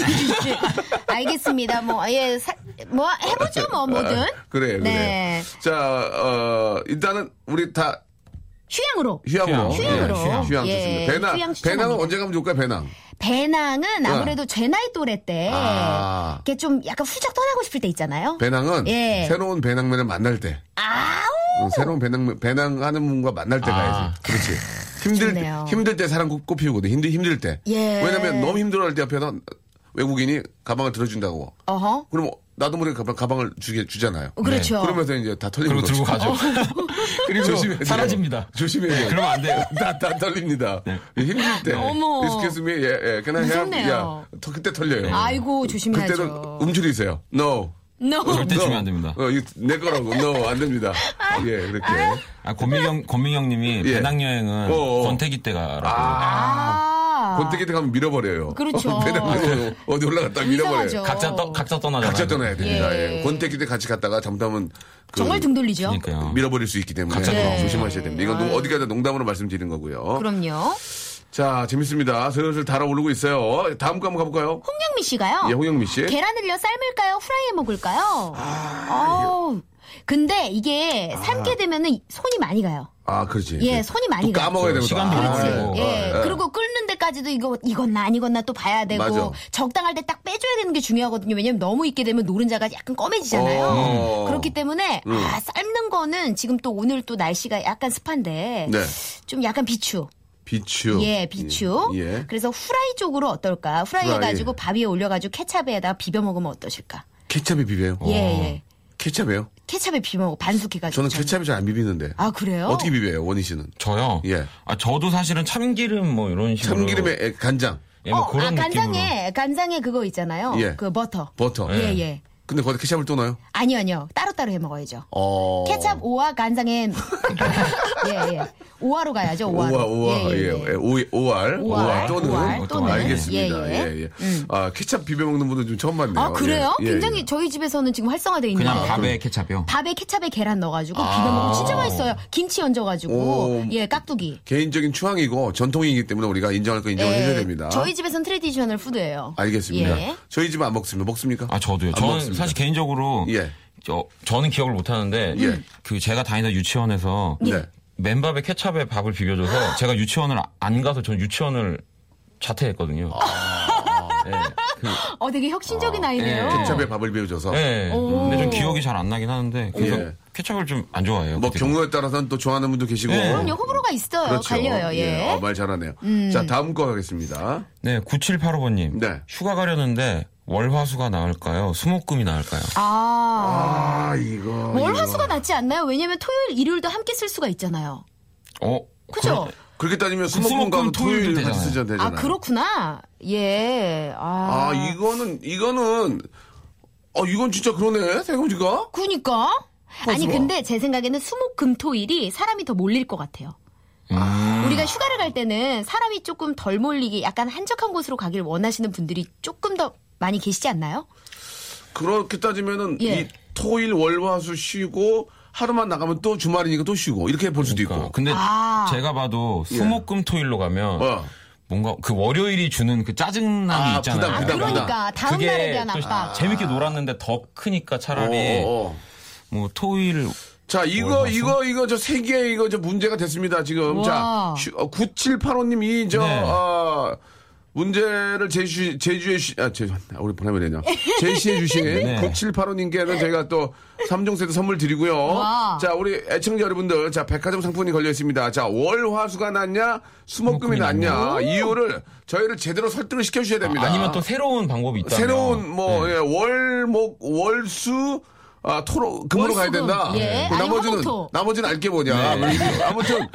C: 알겠습니다. 뭐, 예, 사- 뭐, 해보죠, 뭐, 뭐든.
A: 아, 그래, 그래.
C: 네.
A: 자, 어, 일단은 우리 다
C: 휴양으로.
A: 휴양으로.
C: 휴양으로.
A: 예, 휴양. 휴양
C: 예,
A: 좋습니다. 배낭,
C: 휴양 추천합니다. 예.
A: 배낭은 언제 가면 좋을까요, 배낭?
C: 배낭은 아무래도 제 나이 또래 때,
A: 네. 아.
C: 이렇게 좀 약간 후적 떠나고 싶을 때 있잖아요.
A: 배낭은
C: 예.
A: 새로운 배낭맨을 만날 때.
C: 아우! 아,
A: 어, 새로운 배낭, 배낭하는 분과 만날 때 가야지. 그렇지. 힘들, 때-
C: 좋네요.
A: 힘들 때 사람 꽃 피우거든. 힘들, 힘들 때.
C: 예.
A: 왜냐면 너무 힘들어 할 때 옆에서 외국인이 가방을 들어준다고.
C: 어허.
A: 그럼 나도 모르게 가방, 가방을 주게, 주잖아요.
C: 그렇죠.
A: 네. 그러면서 이제 다 털리는
D: 그렇죠. [LAUGHS] 그리고
A: 거죠.
D: 들고 가죠. 그리고
A: 조심해야 돼요.
D: 사라집니다.
A: 조심해야 돼요.
D: 그러면 안 돼요.
A: 다, 다 털립니다.
D: 네.
A: 힘들 때.
C: 어머.
A: Excuse me, 예, 예. Can I have-
C: 무섭네요.
A: 야, 터- 그때 털려요.
C: 아이고, 조심해야죠.
A: 그때는 움츠리세요. No.
C: No.
D: 절대
A: No.
D: 주면 안 됩니다.
A: 어, 이거 내 거라고. No, 안 됩니다. 예, 이렇게.
D: 아, 권민경, 권민경님이
A: 예.
D: 배낭여행은
A: 어어.
D: 권태기 때가
C: 아.
A: 권태기 때 가면 밀어버려요.
C: 그렇죠.
A: [LAUGHS] 배낭으로 어디 올라갔다 밀어버려요.
C: 이상하죠.
D: 각자, 떠, 각자 떠나잖아요.
A: 각자 떠나야 됩니다.
C: 예.
A: 예. 권태기 때 같이 갔다가 잘못하면 그
C: 정말 등 돌리죠.
D: 그러니까요.
A: 밀어버릴 수 있기 때문에
D: 각자 떠나죠.
A: 조심하셔야 됩니다. 이건 농- 어디까지 농담으로 말씀드린 거고요.
C: 아. 그럼요.
A: 자, 재밌습니다. 슬슬 달아오르고 있어요. 다음 거 한번 가볼까요?
C: 홍영미 씨가요.
A: 예, 홍영미 씨.
C: 계란 을요 삶을까요? 후라이에 먹을까요? 아, 근데 이게 삶게 되면은 손이 많이 가요.
A: 아, 그렇지.
C: 예, 손이 많이
A: 아. 또
C: 가요.
A: 까먹어야 되고.
D: 시간도
A: 아,
D: 많이
C: 그렇지.
D: 걸리고.
C: 예. 그리고 끓는 데까지도 이거 이건나 아니건나 또 봐야 되고
A: 맞아.
C: 적당할 때 딱 빼줘야 되는 게 중요하거든요. 왜냐면 너무 익게 되면 노른자가 약간
A: 어. 음.
C: 검해지잖아요. 그렇기 때문에 아, 삶는 거는 지금 또 오늘 또 날씨가 약간 습한데
A: 네.
C: 좀 약간 비추.
A: 비추.
C: 예, 비추.
A: 예. 예.
C: 그래서 후라이 쪽으로 어떨까? 후라이
A: 후라이.
C: 해가지고 밥 위에 올려가지고 케찹에다가 비벼 먹으면 어떠실까?
A: 케첩에 비벼요.
C: 예, 예.
A: 케찹이에요?
C: 케찹에 비벼 반숙해가지고.
A: 저는 케찹이 잘 안 비비는데.
C: 아 그래요?
A: 어떻게 비벼요, 원희 씨는?
D: 저요?
A: 예.
D: 아, 저도 사실은 참기름 뭐 이런 식으로.
A: 참기름에 에, 간장,
D: 예, 뭐
C: 어,
D: 그런
C: 아,
D: 느낌으로.
C: 간장에 간장에 그거 있잖아요.
A: 예.
C: 그 버터.
A: 버터.
C: 예 예.
A: 근데 거기다 케찹을 또 넣어요?
C: 아니요 아니요 따로 따로 해 먹어야죠.
A: 어.
C: 케찹 오와 간장엔
A: [LAUGHS]
C: 예, 예. 오와로 가야죠. 오와로.
A: 오와, 오와, 예, 예. 오이- 오알.
C: 오알,
A: 오알 또는.
C: 오알 또는.
A: 알겠습니다.
C: 예,
A: 예,
C: 예.
A: 예. 아, 케찹 비벼먹는 분들 좀 처음 봤네요.
C: 아 그래요?
A: 예, 예,
C: 굉장히
A: 예.
C: 저희 집에서는 지금 활성화돼 있는데.
A: 아,
D: 그냥 밥에 케찹이요.
C: 밥에 케찹에 계란 넣어가지고 비벼 먹으면 진짜 맛있어요. 김치 얹어가지고
A: 오.
C: 예 깍두기.
A: 개인적인 추앙이고 전통이기 때문에 우리가 인정할 건 인정을
C: 예,
A: 해줘야 됩니다.
C: 저희 집에서는 트레디셔널 푸드예요.
A: 알겠습니다.
C: 예.
A: 저희 집은 안 먹습니다. 먹습니까?
D: 아, 저도요.
A: 안
D: 저는
A: 먹습니다.
D: 사실 개인적으로.
A: 예.
D: 저, 저는 기억을 못 하는데.
A: 예.
D: 그 제가 다니다 유치원에서.
C: 예.
A: 네.
D: 맨밥에 케찹에 밥을 비벼줘서 제가 유치원을 안 가서 저는 유치원을 자퇴했거든요. 예. 그,
C: 어 되게 혁신적인 아, 이네요
D: 예.
A: 케찹에 밥을 비벼줘서.
D: 예. 근데 좀 기억이 잘 안 나긴 하는데. 그래서
A: 예.
D: 케찹을 좀 안 좋아해요.
A: 뭐
D: 그때는.
A: 경우에 따라서는 또 좋아하는 분도 계시고.
D: 예.
C: 그럼요 호불호가 있어요.
A: 그렇죠.
C: 갈려요. 예.
A: 어, 말 잘하네요. 자, 다음 거 가겠습니다.
D: 네, 9785번님.
A: 네.
D: 휴가 가려는데 월화수가 나을까요? 수목금이 나을까요?
C: 아,
A: 아, 이거.
C: 월화수가 낫지 않나요? 왜냐면 토요일 일요일도 함께 쓸 수가 있잖아요.
D: 어?
A: 그러니까
C: 그죠?
A: 그렇게 따지면
D: 수목금,
A: 수목금과
D: 토요일도
A: 토요일 같이
D: 되잖아요.
A: 쓰잖아요.
C: 아 그렇구나. 예. 아,
A: 아, 이거는, 이거는, 어, 이건 진짜 그러네, 세금지가?
C: 그니까. 아니
A: 벌써?
C: 근데 제 생각에는 수목금토일이 사람이 더 몰릴 것 같아요. 우리가 휴가를 갈 때는 사람이 조금 덜 몰리기, 약간 한적한 곳으로 가길 원하시는 분들이 조금 더 많이 계시지 않나요?
A: 그렇게 따지면은,
C: 예.
A: 이 토일, 월, 화, 수 쉬고, 하루만 나가면 또 주말이니까 또 쉬고, 이렇게 볼 수도
D: 그러니까.
A: 있고.
D: 근데
C: 아.
D: 제가 봐도 수목금 토일로 가면
A: 예. 어.
D: 뭔가 그 월요일이 주는 그 짜증남이
A: 아,
D: 있잖아요.
A: 부담,
C: 아,
A: 부담, 부담. 아.
C: 그러니까 다음
D: 그게
C: 날에 대한
D: 또
C: 압박.
D: 재밌게 놀았는데 더 크니까 차라리
A: 어, 어.
D: 뭐 토일
A: 자, 이거, 이거, 이거, 저 세 개, 이거, 저 문제가 됐습니다, 지금.
C: 우와.
A: 자, 9785님, 이, 저,
D: 네.
A: 어, 문제를 제시, 제주에, 주- 아, 제, 우리 보내면
D: [LAUGHS]
A: 되냐. 제시해 주신
D: 네.
A: 9785님께는 저희가 또 3종 세트 선물 드리고요.
C: 와.
A: 자, 우리 애청자 여러분들, 자, 백화점 상품이 걸려 있습니다. 자, 월, 화수가 낫냐, 수목금이
D: 수목금이
A: 낫냐, 이유를 저희를 제대로 설득을 시켜주셔야 됩니다.
D: 아니면 또 새로운 방법이 있다면 네.
A: 새로운 뭐 예, 월목 월수 아, 토로 금으로 가야
C: 월수금.
A: 된다.
C: 예,
A: 그
C: 아니면
A: 나머지는
C: 화목토.
A: 나머지는 알게 뭐냐.
D: 네. [LAUGHS]
A: 그래서 아무튼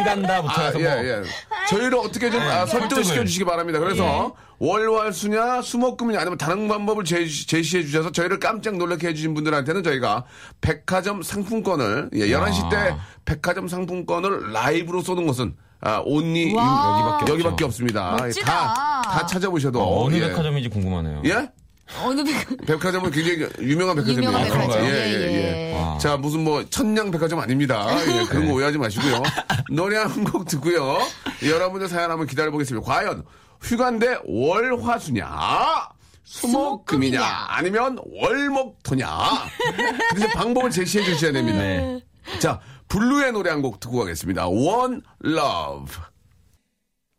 D: 안 간다부터
A: 아,
D: 해서
A: 예,
D: 뭐
A: 예. 저희를 어떻게 좀 아, 설득을
D: 설득을. 예.
A: 시켜주시기 바랍니다. 그래서 월월수냐 수목금이냐 아니면 다른 방법을 제시, 제시해 주셔서 저희를 깜짝 놀라게 해주신 분들한테는 저희가 백화점 상품권을 예, 11시 때
D: 와.
A: 백화점 상품권을 라이브로 쏘는 것은 아, 온리
C: 와.
A: 여기밖에, 여기밖에 없습니다.
C: 멋지다.
A: 다, 다 찾아보셔도
D: 어, 느
A: 예.
D: 백화점인지 궁금하네요.
A: 예?
C: 어느 백-
A: 백화점은 굉장히 유명한 백화점이에요.
C: 유명한 백화점.
D: 그런가요?
C: 예,
A: 예, 예, 예.
D: 와.
A: 자, 무슨 뭐 천냥 백화점 아닙니다. 예, 그런 거 오해하지 마시고요. 노래 한 곡 듣고요. 여러분의 사연 한번 기다려보겠습니다. 과연 휴가인데 월화수냐? 수목금이냐?
C: 수목금이냐?
A: 아니면 월목토냐? 그래서 방법을 제시해 주셔야 됩니다.
D: 네.
A: 자, 블루의 노래 한 곡 듣고 가겠습니다. One Love.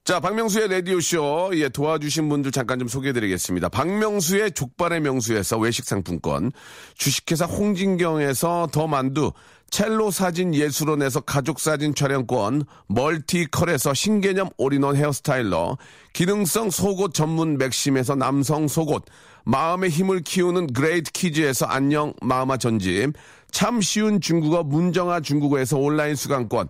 A: 자, 박명수의 라디오쇼, 예, 도와주신 분들 잠깐 좀 소개해드리겠습니다. 박명수의 족발의 명수에서 외식 상품권, 주식회사 홍진경에서 더 만두, 첼로 사진 예술원에서 가족 사진 촬영권, 멀티컬에서 신개념 올인원 헤어스타일러, 기능성 속옷 전문 맥심에서 남성 속옷, 마음의 힘을 키우는 그레이트 키즈에서 안녕 마마 전집, 참 쉬운 중국어 문정아 중국어에서 온라인 수강권,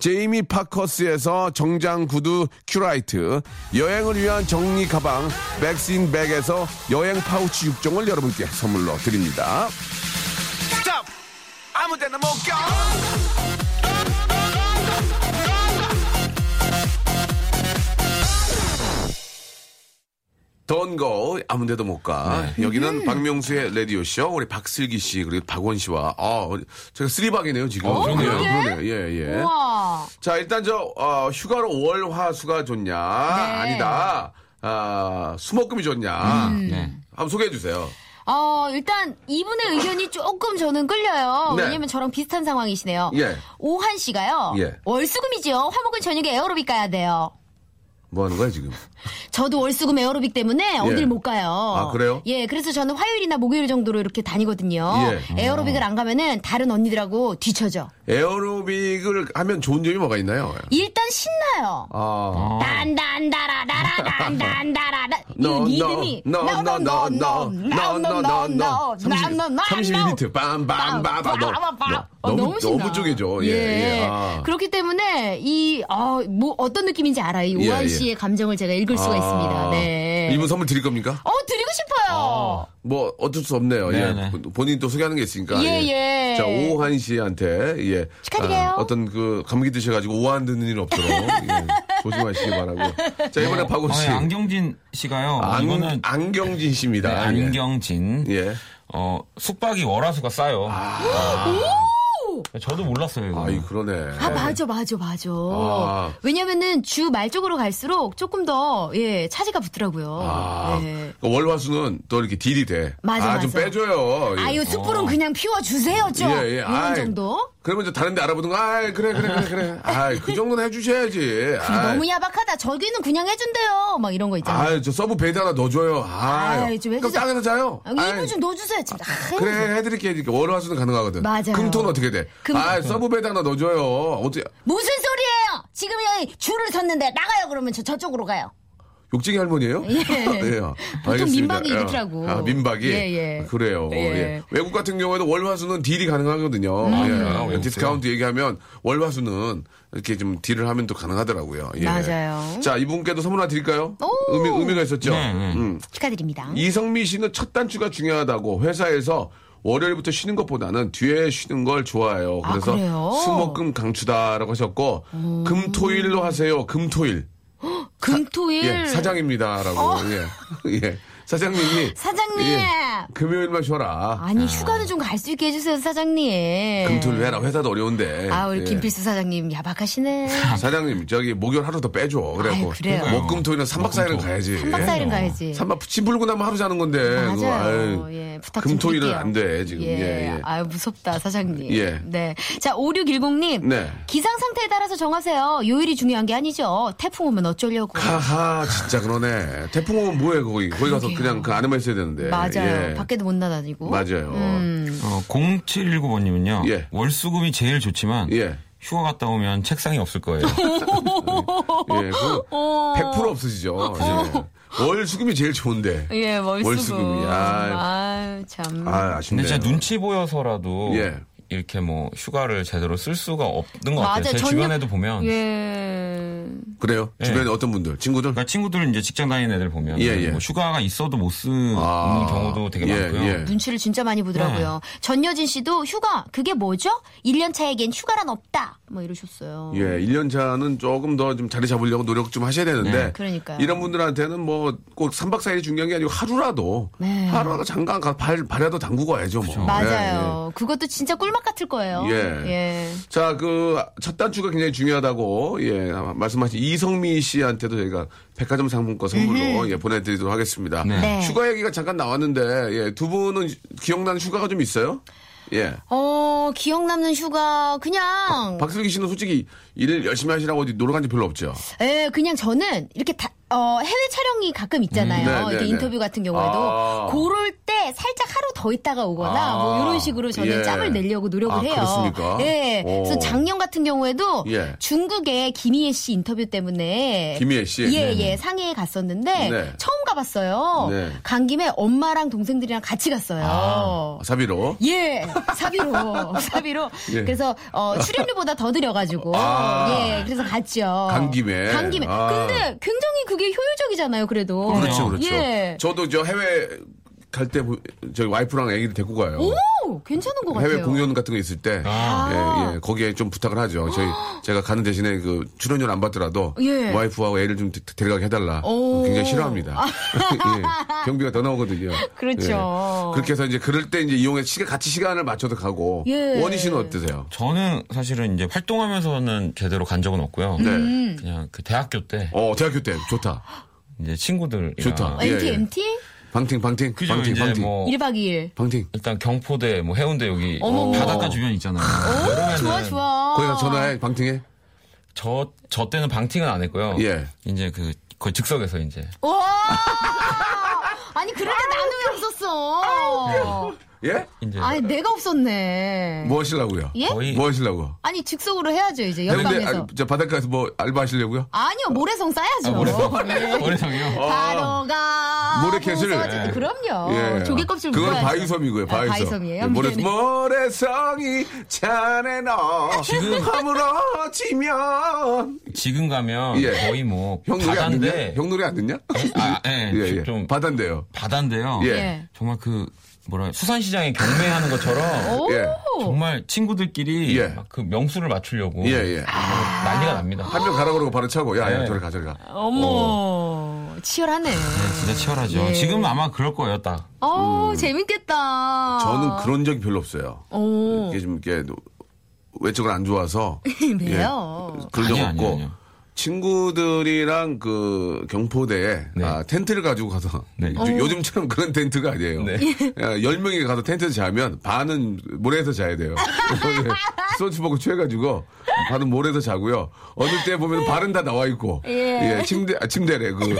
A: 제이미 파커스에서 정장 구두 큐라이트, 여행을 위한 정리 가방 백스인 백에서 여행 파우치 6종을 여러분께 선물로 드립니다.
B: 스탑 아무데나 못 가.
A: 던거 아무데도 못 가.
D: 네. 음.
A: 여기는 박명수의 라디오 쇼 우리 박슬기 씨 그리고 박원 씨와 아 제가 쓰리박이네요 지금.
D: 어, 그러네요.
A: 예, 그러네요. 예 예.
C: 우와.
A: 자 일단 저 어, 휴가로 월화수가 좋냐 아니다. 아, 수목금이 좋냐.
D: 네.
A: 한번 소개해 주세요.
C: 어, 일단 이분의 의견이 조금 저는 끌려요.
A: 네.
C: 왜냐면 저랑 비슷한 상황이시네요.
A: 예.
C: 오한 씨가요.
A: 예.
C: 월수금이지요. 화목은 저녁에 에어로빅 가야 돼요.
A: 뭐 하는 거야 지금?
C: 저도 월수금 에어로빅 때문에 어딜 못 가요.
A: 예. 아, 그래요?
C: 예, 그래서 저는 화요일이나 목요일 정도로 이렇게 다니거든요.
A: 예.
C: 에어로빅을 안 가면은 다른 언니들하고 뒤쳐져.
A: 에어로빅을 하면 좋은 점이 뭐가 있나요?
C: 일단 신나요.
A: 아,
C: 단단다라
A: [LAUGHS]
C: 라라단단다라 이거
A: no,
C: 리듬이
A: no, no, no, no, no, no, no, no, no. 32비트 빰빰빰빰
C: 어,
A: 너무
C: 신나.
A: 너무 쪽이죠. 예, 예. 아.
C: 그렇기 때문에 이 어, 뭐 어떤 느낌인지 알아요. 이
A: 예,
C: 오한
A: 예.
C: 씨의 감정을 제가 읽을 수가
A: 아.
C: 있습니다. 네.
A: 이분 선물 드릴 겁니까?
C: 어 드리고 싶어요.
A: 뭐 어쩔 수 없네요. 예.
D: 네네.
A: 본인 또 소개하는 게 있으니까.
C: 예, 예.
A: 자 오한 씨한테 예.
C: 축하드려요.
A: 어떤 그 감기 드셔가지고 오한 듣는 일 없도록 예.
C: [LAUGHS]
A: 조심하시기 바라고. 자 이번에 박원 씨. 아,
D: 아, 예, 안경진 씨가요.
A: 안,
D: 이거는
A: 안경진 씨입니다.
D: 네,
A: 예.
D: 안경진.
A: 예. 아.
D: 어 숙박이 월화수가 싸요. 아. 저도 몰랐어요. 이거.
A: 아이 그러네.
C: 아 맞아 맞아 맞아.
A: 아.
C: 왜냐면은 주 말 쪽으로 갈수록 조금 더예 차지가 붙더라고요.
A: 아,
C: 예.
A: 그러니까 월화수는 또 이렇게 딜이 돼.
C: 맞아,
A: 아, 좀
C: 맞아.
A: 빼줘요. 예.
C: 아유 숯불은 그냥 피워주세요 좀
A: 예, 예.
C: 이런
A: 아이,
C: 정도.
A: 그러면 이제 다른 데 알아보는 거, 아이, 그래, 그래, 그래, 그래. 아이, 그 정도는 해주셔야지. 아이,
C: 너무 야박하다. 저기는 그냥 해준대요. 막 이런 거 있잖아요.
A: 아이, 저 서브 베드 하나 넣어줘요. 아이.
C: 아이, 좀
A: 그럼
C: 해주세요.
A: 땅에서 자요.
C: 아, 이분
A: 아이,
C: 좀 넣어주세요. 지금. 아,
A: 그래, 해드릴게, 해드릴게. 월화수는 가능하거든.
C: 맞아요.
A: 금토는 어떻게 돼?
C: 금-
A: 아이, 서브 베드 하나 넣어줘요. 어떻게,
C: 무슨 소리예요? 지금 여기 줄을 섰는데 나가요 그러면 저 저쪽으로 가요.
A: 욕쟁이 할머니예요 [LAUGHS] 네, 아,
C: 예. 보통
A: 알겠습니다.
C: 민박이
A: 예.
C: 이렇더라고.
A: 아, 민박이?
C: 예, 예.
A: 그래요.
C: 예. 음.
A: 예. 외국 같은 경우에도 월화수는 딜이 가능하거든요. 예.
D: 외국세요?
A: 디스카운트 얘기하면 월화수는 이렇게 좀 딜을 하면 또 가능하더라고요. 예.
C: 맞아요.
A: 자, 이분께도 선물 하나 드릴까요?
C: 오!
A: 의미, 의미가 있었죠?
D: 네, 네.
A: 음.
C: 축하드립니다.
A: 이성미 씨는 첫 단추가 중요하다고 회사에서 월요일부터 쉬는 것보다는 뒤에 쉬는 걸 좋아해요.
C: 아,
A: 그래서
C: 그래요?
A: 수목금 강추다라고 하셨고 금토일로 하세요. 금토일.
C: 금토일
A: 예, 사장입니다라고. 예. 예. 사장님이
C: 어. [LAUGHS] 사장님!
A: 예. 금요일만 쉬어라.
C: 아니 휴가는 좀 갈 수 있게 해주세요 사장님.
A: 금토일 해라. 회사도 어려운데.
C: 아 우리
A: 예.
C: 김필수 사장님 야박하시네.
A: [LAUGHS] 사장님 저기 목요일 하루 더 빼줘. 그래고
C: 아유, 그래요.
A: 목금토일은 3박 4일은 가야지.
C: 삼박 사일은 가야지.
A: 삼박 침 불고 나면 하루 자는 건데. 예. 그거,
C: 맞아요.
A: 아유.
C: 예, 부탁 좀
A: 금토일은
C: 드릴게요.
A: 안 돼, 지금. 예, 예.
C: 아유, 무섭다, 사장님.
A: 예.
C: 네. 자, 5610님.
A: 네.
C: 기상 상태에 따라서 정하세요. 요일이 중요한 게 아니죠. 태풍 오면 어쩌려고.
A: 하하, 진짜 그러네. 태풍 오면 뭐해, 거기. 거기 가서
C: 그러게요.
A: 그냥 그 안에만 있어야 되는데.
C: 맞아요.
A: 예.
C: 밖에도 음. 못 나다니고.
A: 맞아요.
D: 어, 0719번님은요.
A: 예.
D: 월수금이 제일 좋지만
A: 예.
D: 휴가 갔다 오면 책상이 없을
A: [LAUGHS]
D: 거예요.
A: 예,
C: 어,
A: 그거 100% 없으시죠. 예. 월 수금이 제일 좋은데.
C: 예, 월수금.
A: 월수금이, 아이.
C: 아유, 참.
A: 아, 아쉽네.
D: 근데 진짜 눈치 보여서라도
A: 예.
D: 이렇게 뭐 휴가를 제대로 쓸 수가 없는 것
C: 맞아요.
D: 같아요. 제
C: 전혀-
D: 주변에도 보면
C: 예.
A: 그래요?
D: 예.
A: 주변에 어떤 분들? 친구들?
D: 그러니까 친구들은 이제 직장 다니는 애들 보면
A: 예, 예.
D: 뭐 휴가가 있어도 못 쓰는
A: 아,
D: 경우도 되게
A: 예,
D: 많고요.
A: 예.
C: 눈치를 진짜 많이 보더라고요.
A: 네.
C: 전여진 씨도 휴가, 그게 뭐죠? 1년 차에겐 휴가란 없다. 뭐 이러셨어요.
A: 예, 1년 차는 조금 더 좀 자리 잡으려고 노력 좀 하셔야 되는데.
D: 네,
C: 그러니까요.
A: 이런 분들한테는 뭐 꼭 3박 4일이 중요한 게 아니고 하루라도.
C: 네.
A: 하루라도 잠깐 가, 발, 발이라도 담그고 와야죠, 뭐.
C: 맞아요. 그것도 진짜 꿀맛 같을 거예요.
A: 예, 예.
C: 예.
A: 자, 그, 첫 단추가 굉장히 중요하다고, 예, 말씀하신 이성미 씨한테도 저희가 백화점 상품권 선물로, 예, 보내드리도록 하겠습니다.
D: 네.
C: 네.
A: 휴가 얘기가 잠깐 나왔는데, 예, 두 분은 기억나는 휴가가 좀 있어요? 예.
C: 어, 기억 남는 휴가, 그냥,
A: 박슬기 씨는 솔직히 일 열심히 하시라고 어디 놀러 간 지 별로 없죠?
C: 예, 그냥 저는 이렇게 다, 어, 해외 촬영이 가끔 있잖아요.
A: 음, 네, 네,
C: 이렇게
A: 네.
C: 인터뷰 같은 경우에도.
A: 아.
C: 그럴 때 살짝 하루 더 있다가 오거나
A: 아.
C: 뭐 이런 식으로 저는
A: 예.
C: 짬을 내려고 노력을
A: 아,
C: 해요.
A: 그렇습니까?
C: 예.
A: 오.
C: 그래서 작년 같은 경우에도
A: 예.
C: 중국의 김희애 씨 인터뷰 때문에
A: 김희애 씨? 음.
C: 예, 예. 상해에 갔었는데
A: 네.
C: 처음 가봤어요.
A: 네.
C: 간 김에 엄마랑 동생들이랑 같이 갔어요.
A: 아, 사비로.
C: 예, 사비로, [LAUGHS] 사비로.
A: 예.
C: 그래서 어, 출연료보다 더 드려가지고,
A: 아.
C: 예, 그래서 갔죠.
A: 간 김에.
C: 간 김에.
A: 아.
C: 근데 굉장히 그게 효율적이잖아요, 그래도.
A: 그렇죠, 그렇죠.
C: 예.
A: 저도 저 해외 갈 때 저희 와이프랑 애기를 데리고 가요.
C: 오, 괜찮은 것 같아요.
A: 해외 공연 같은 거 있을 때,
D: 아.
A: 예, 예, 거기에 좀 부탁을 하죠.
C: [GASPS]
A: 저희 제가 가는 대신에 그 출연료를 안 받더라도
C: 예.
A: 와이프하고 애를 좀 데- 데려가게 해달라.
C: 오. 아.
A: 굉장히 싫어합니다. [LAUGHS] 예, 경비가 더 나오거든요.
C: 그렇죠.
A: 예. 그렇게 해서 이제 그럴 때 이제 이용해 시간 같이 시간을 맞춰서 가고.
C: 예.
A: 원희 씨는 어떠세요?
D: 저는 사실은 이제 활동하면서는 제대로 간 적은 없고요.
A: 네.
C: 음.
D: 그냥 그 대학교 때
A: 어 대학교 때 좋다.
D: 이제 친구들
A: 좋다.
C: 어, MT,
A: 예, 어. 예.
C: MT?
A: 방팅, 방팅.
D: 그죠
A: 방팅,
D: 이제
A: 방팅.
D: 뭐
C: 1박 2일.
A: 방팅.
D: 일단 경포대 뭐 해운대 여기
C: 어머머.
D: 바닷가 주변 있잖아요.
C: 오,
D: 여름에는
C: 좋아, 좋아.
A: 거기 가 전화해, 방팅해.
D: 저, 저 때는 방팅은 안 했고요.
A: 예.
D: 이제 그, 거의 즉석에서 이제.
C: 와! 아니, 그럴 때 나는 왜 없었어?
A: 예?
D: 이제
C: 아니, 내가 없었네.
A: 뭐 하시려고요?
C: 네. 예?
D: 거의
A: 뭐 하시려고?
C: 아니, 즉석으로 해야죠, 이제.
A: 근데
C: 옆방에서.
A: 아, 저 바닷가에서 뭐 알바 하시려고요?
C: 아니요, 모래성 쌓야죠.
A: 뭐,
D: [LAUGHS] 오래성이요.
C: 바로 가.
A: 모래캐슬.
C: 부서진-
A: 예.
C: 그럼요.
A: 예.
C: 조개껍질
A: 그건
C: 물어야죠.
A: 바위섬이고요,
C: 아,
A: 바위섬.
C: 바위섬이에요?
A: 예, 모래,
C: 미안해.
A: 모래성이 자네 너.
D: 지금- [LAUGHS]
A: 허물어지면.
D: 지금 가면
A: 예.
D: 거의 뭐,
A: 형 노래 안 듣냐?
D: 바다인데.
A: 형 노래 안 듣냐?
D: 아, 예,
A: 예, 예.
D: 좀
A: 바다인데요.
D: 바다인데요.
A: 예.
C: 예.
D: 정말 그, 뭐라, 수산시장에 경매하는 것처럼.
C: 오!
A: 예.
D: 정말 친구들끼리
A: 예.
D: 막 그 명수를 맞추려고 뭐
A: 예, 예.
D: 아. 난리가 납니다.
C: 아.
A: 한 명 가라 그러고 바로 차고, 야, 야,
D: 예.
A: 저리 가, 저리 가.
C: 어머. 치열하네.
D: 진짜 치열하죠.
C: 예.
D: 지금 아마 그럴 거예요, 딱.
C: 어 재밌겠다.
A: 저는 그런 적이 별로 없어요.
C: 오. [LAUGHS]
A: 이게 좀 이렇게 외적을 안 좋아서.
C: 왜요?
A: 예. 그런 적
D: 아니요,
A: 없고.
D: 아니요, 아니요.
A: 친구들이랑 그 경포대에
D: 네.
A: 아, 텐트를 가지고 가서
D: 네.
C: 어.
A: 요- 요즘처럼 그런 텐트가 아니에요.
D: 네.
A: 예, 열명이 가서 텐트에서 자면 반은 모래에서 자야 돼요. [LAUGHS] 예. 소주 먹고 취해가지고 반은 모래에서 자고요. 어느 때 보면 발은 다 나와 있고
C: 예.
A: 침대 아, 침대래 그, 그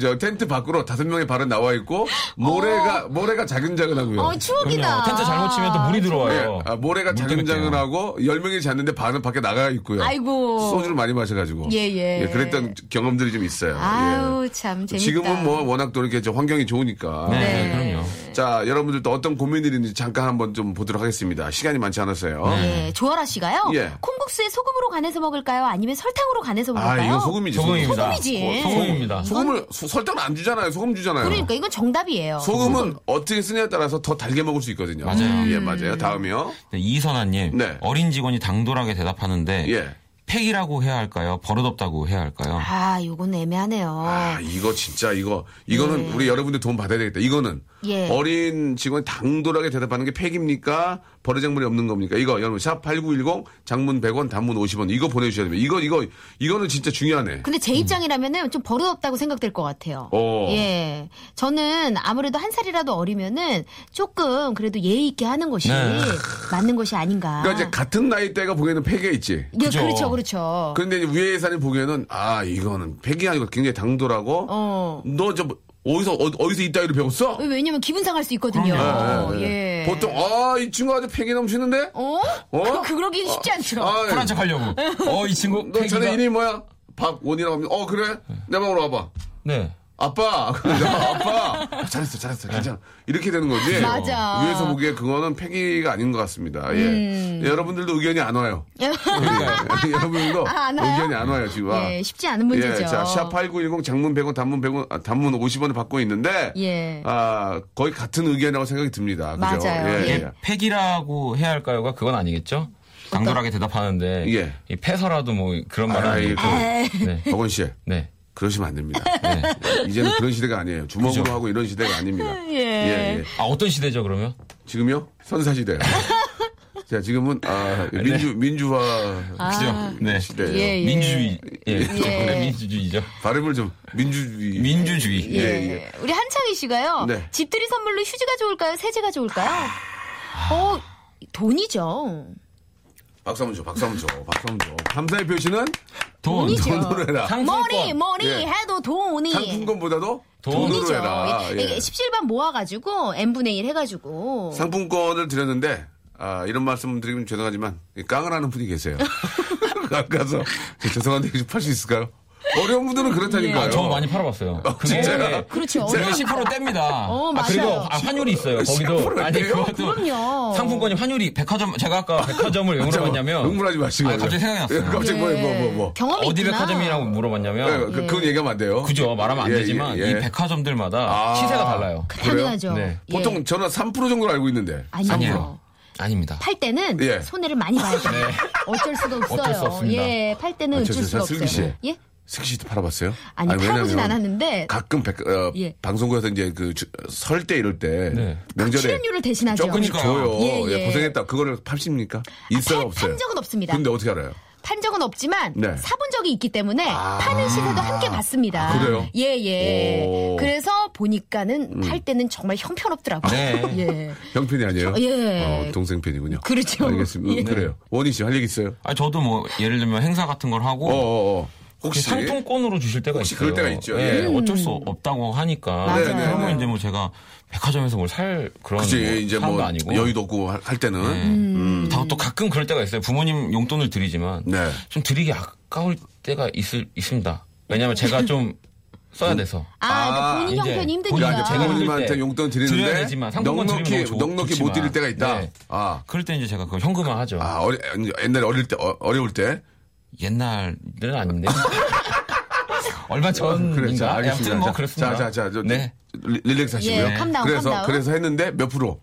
A: 저, 텐트 밖으로 다섯 명의 발은 나와 있고 모래가 모래가 자근자근하고요.
C: 어 추억이다.
D: 그럼요. 텐트 잘못 치면 또 물이 들어와요.
A: 예, 아, 모래가
D: 물 때문에 깨요.
A: 자근자근하고 열명이 잤는데 반은 밖에 나가 있고요.
C: 아이고.
A: 소주를 많이 마셔가지고.
C: 예, 예.
A: 그랬던 경험들이 좀 있어요.
C: 아유
A: 예.
C: 참 재밌다.
A: 지금은 뭐 워낙 또 이렇게 저 환경이 좋으니까.
D: 네,
C: 네.
D: 그럼요.
A: 자, 여러분들도 어떤 고민들이 있는지 잠깐 한번 좀 보도록 하겠습니다. 시간이 많지 않았어요.
D: 네.
C: 예, 조아라 씨가요.
A: 예.
C: 콩국수에 소금으로 간해서 먹을까요? 아니면 설탕으로 간해서
A: 아,
C: 먹을까요?
A: 이건 소금이지.
D: 소금입니다.
C: 소금이지.
D: 소금입니다.
A: 소금을, 소- 설탕을 안 주잖아요. 소금 주잖아요.
C: 그러니까 이건 정답이에요.
A: 소금은 어떻게 쓰냐에 따라서 더 달게 먹을 수 있거든요.
D: 맞아요.
A: 예, 맞아요. 다음이요.
D: 네, 이선아님,
A: 네.
D: 어린 직원이 당돌하게 대답하는데
A: 예.
D: 팩이라고 해야 할까요? 버릇없다고 해야 할까요?
C: 아, 요건 애매하네요.
A: 아, 이거 진짜 이거 이거는 우리 여러분들 도움 받아야 되겠다. 이거는
C: 네. 예.
A: 어린 직원 당돌하게 대답하는 게 팩입니까? 버르장물이 없는 겁니까? 이거 여러분 샵 8910 장문 100원 단문 50원 이거 보내 주셔야 됩니다. 이거 이거 이거는 진짜 중요하네.
C: 근데 제 입장이라면은 좀 버릇없다고 생각될 것 같아요.
A: 어.
C: 예. 저는 아무래도 한 살이라도 어리면은 조금 그래도 예의 있게 하는 것이
D: 네.
C: 맞는 것이 아닌가.
A: 그러니까 이제 같은 나이대가 보기에는 팩에 있지.
C: 네,
D: 그죠.
C: 그렇죠, 그렇죠.
A: 그런데 이제 위에 사람이 보기에는 아, 이거는 팩이 아니고 굉장히 당돌하고
C: 어.
A: 너 저 어디서 어, 디서 이따위로 배웠어?
C: 왜냐면 기분 상할 수 있거든요.
A: 예, 예.
C: 예.
A: 보통 아, 이 친구 아주 팩이 넘치는데?
C: 어?
A: 어?
C: 그, 그러긴 쉽지 않죠.
A: 아,
D: 쿨한 척
C: [LAUGHS]
D: 하려고. 어, 이 친구
C: 그
A: 너 전에
D: 팩이다.
A: 이름이 뭐야? 박원이라고 합니다. 어, 그래? 내 방으로 와봐.
D: 네.
A: 아빠! [LAUGHS] 그래서 아빠! 잘했어, 잘했어, 괜찮아. 이렇게 되는 거지.
C: [LAUGHS] 맞아.
A: 위에서 보기에 그거는 폐기가 아닌 것 같습니다. 예.
C: 음.
A: 여러분들도 의견이 안
C: [LAUGHS]
A: 와요. 예. 여러분들도
C: 아, 안 와요?
A: 의견이 안 와요, 지금.
C: 예, 쉽지 않은 문제죠.
A: 예, 자, 샵8910 장문 100원, 단문 100원, 아, 단문 50원을 받고 있는데.
C: 예.
A: 아, 거의 같은 의견이라고 생각이 듭니다. 그죠?
C: 맞아요.
A: 예,
D: 이게
A: 예.
D: 팩이라고 해야 할까요가 그건 아니겠죠? 당돌하게 대답하는데
A: 예.
D: 이 패서라도 뭐 그런 말은
A: 아, 예.
D: 아니고. 네.
A: 박원 씨.
D: 네.
A: 그러시면 안
D: [LAUGHS]
A: 됩니다. 네. 이제는 그런 시대가 아니에요. 주먹으로
D: 그죠.
A: 하고 이런 시대가
D: [LAUGHS]
A: 아닙니다.
C: 예.
A: 예, 예.
D: 아, 어떤 시대죠, 그러면?
A: 지금요? 선사시대요. 자, 지금은,
D: [LAUGHS]
A: 아,
D: 네.
A: 민주, 민주화
D: 그죠? 네.
A: 시대예요
C: 아. 예, 예.
D: 민주주의. 예.
C: 예.
D: [LAUGHS] 네, 민주주의죠.
A: 발음을 좀, 민주주의.
D: 민주주의.
C: 예.
A: 예,
C: 우리 한창희 씨가요.
A: 네.
C: 집들이 선물로 휴지가 좋을까요? 세제가 좋을까요? 어, 돈이죠.
A: 박수 한번 줘, 박수 한번 줘, 박수 한번 줘. 감사의 표시는
D: 돈.
C: 돈이죠.
A: 돈으로 해라.
C: 머리,
D: 상품권.
C: 머리
A: 예.
C: 해도 돈이.
A: 상품권보다도
D: 돈이죠.
A: 돈으로
C: 돈이죠.
A: 해라.
C: 이게
A: 예.
C: 17반 모아가지고 n분의 1 해가지고.
A: 상품권을 드렸는데, 아, 이런 말씀 드리면 죄송하지만, 이 깡을 하는 분이
D: [LAUGHS]
A: 계세요. 아까서 죄송한데 이거 좀 팔 수 있을까요? 어려운 분들은 그렇다니까요.
D: 아, 저 많이 팔아봤어요. 그게
A: 진짜요?
C: 그렇죠.
D: 그게 10% 뗍니다.
C: 어,
D: 아, 그리고
C: 맞아요.
D: 아, 환율이 있어요. 거기도
A: 10%
D: 아니
A: 떼요?
D: 그것도
C: 그럼요.
D: 상품권이 환율이 백화점 제가 아까
A: [LAUGHS]
D: 백화점을 왜 물어봤냐면
A: 흥분하지 마시고.
D: 아, 갑자기 생각이 났어요.
A: 예, 갑자기 뭐, 뭐, 뭐, 뭐.
C: 경험이
D: 어디
C: 있구나.
D: 백화점이라고
A: 예,
C: 네.
D: 물어봤냐면
C: 음.
A: 그, 그건 얘기하면 안 돼요.
D: 그죠 말하면 안
A: 예,
D: 되지만
A: 예, 예.
D: 이 백화점들마다
A: 아.
D: 시세가 달라요.
C: 당연하죠.
D: 그래요? 네.
C: 예.
A: 보통 저는 3% 정도로 알고 있는데.
C: 아니요.
D: 아닙니다.
C: 팔 때는
A: 예.
C: 손해를 많이 봐야 돼요. 어쩔 수가 없어요.
D: 네. 어쩔 수 없습니다.
C: 예, 팔 때는
A: 아,
C: 어쩔
A: 저, 저,
C: 수가
A: 저, 슬기
C: 없어요.
A: 씨.
C: 예?
A: 스키시도 팔아봤어요?
C: 아니, 팔아보진
A: 왜냐면
C: 않았는데.
A: 가끔 백- 어,
C: 예.
A: 방송국에서 이제 그설 때 이럴 때
D: 네.
A: 명절에
C: 그 출연료를 대신하죠.
A: 조금씩
D: 그러니까요.
A: 줘요.
C: 예, 예.
A: 예, 고생했다. 그거를 팝십니까? 있어요
C: 팔-
A: 없어요?
C: 판 적은 없습니다.
A: 근데 어떻게 알아요?
C: 판 적은 없지만
A: 네. 아.
C: 사본 적이 있기 때문에 파는 시세도 함께 봤습니다.
A: 그래요?
C: 예, 예.
A: 오. 음.
C: 그래서 보니까는 할 때는 정말 형편없더라고요.
D: 네.
C: [LAUGHS] 예.
A: 형편이 아니에요?
C: 예.
A: 어, 동생 편이군요.
C: 그렇죠.
A: 알겠습니다. 음,
C: 예.
A: 그래요. 원희 씨 할 얘기 있어요?
D: 아 저도 뭐 예를 들면 행사 같은 걸 하고 그
A: 어어어. 혹시
D: 상품권으로 주실 때가
A: 혹시
D: 있어요.
A: 그럴 때가 있죠.
D: 예,
A: 예.
D: 어쩔 수 없다고 하니까
C: 맞아요. 네, 네,
D: 그러면
C: 네.
D: 이제 뭐 제가 백화점에서 뭘 살 그런
A: 그치
D: 뭐
A: 이제
D: 사람도
A: 뭐
D: 아니고
A: 여의도 없고 할- 할 때는
D: 네. 다- 또 가끔 그럴 때가 있어요. 부모님 용돈을 드리지만
A: 음. 네.
D: 좀 드리기 아까울 때가 있을 있습니다. 왜냐면 제가 좀
A: 뭐?
D: 써야 돼서.
C: 아, 그러니까
A: 아,
C: 본인
D: 이제
C: 형편이
D: 본인
C: 힘드니까.
A: 그러니까
D: 제가 힘들
A: 부모님한테
D: 때
A: 용돈
D: 네. 드려야
A: 드리는데
D: 되지만 상품권
A: 넉넉히
D: 드리면 좋-
A: 넉넉히 못
D: 좋지만.
A: 드릴 때가 있다.
D: 네.
A: 아,
D: 그럴 때 이제 제가 그걸 현금화 하죠.
A: 아 어리, 옛날에 어릴 때 어, 려울 때.
D: 옛날은
A: [LAUGHS]
D: 아닌데. 얼마 전인가?
A: 그래, 자, 알겠습니다.
D: 아무튼 뭐
A: 자,
D: 그렇습니다.
A: 자, 자, 자, 저,
D: 네.
A: 리- 릴렉스 하시고요.
C: 예, 캄다운,
A: 그래서
C: 캄다운.
A: 그래서 했는데 몇 프로?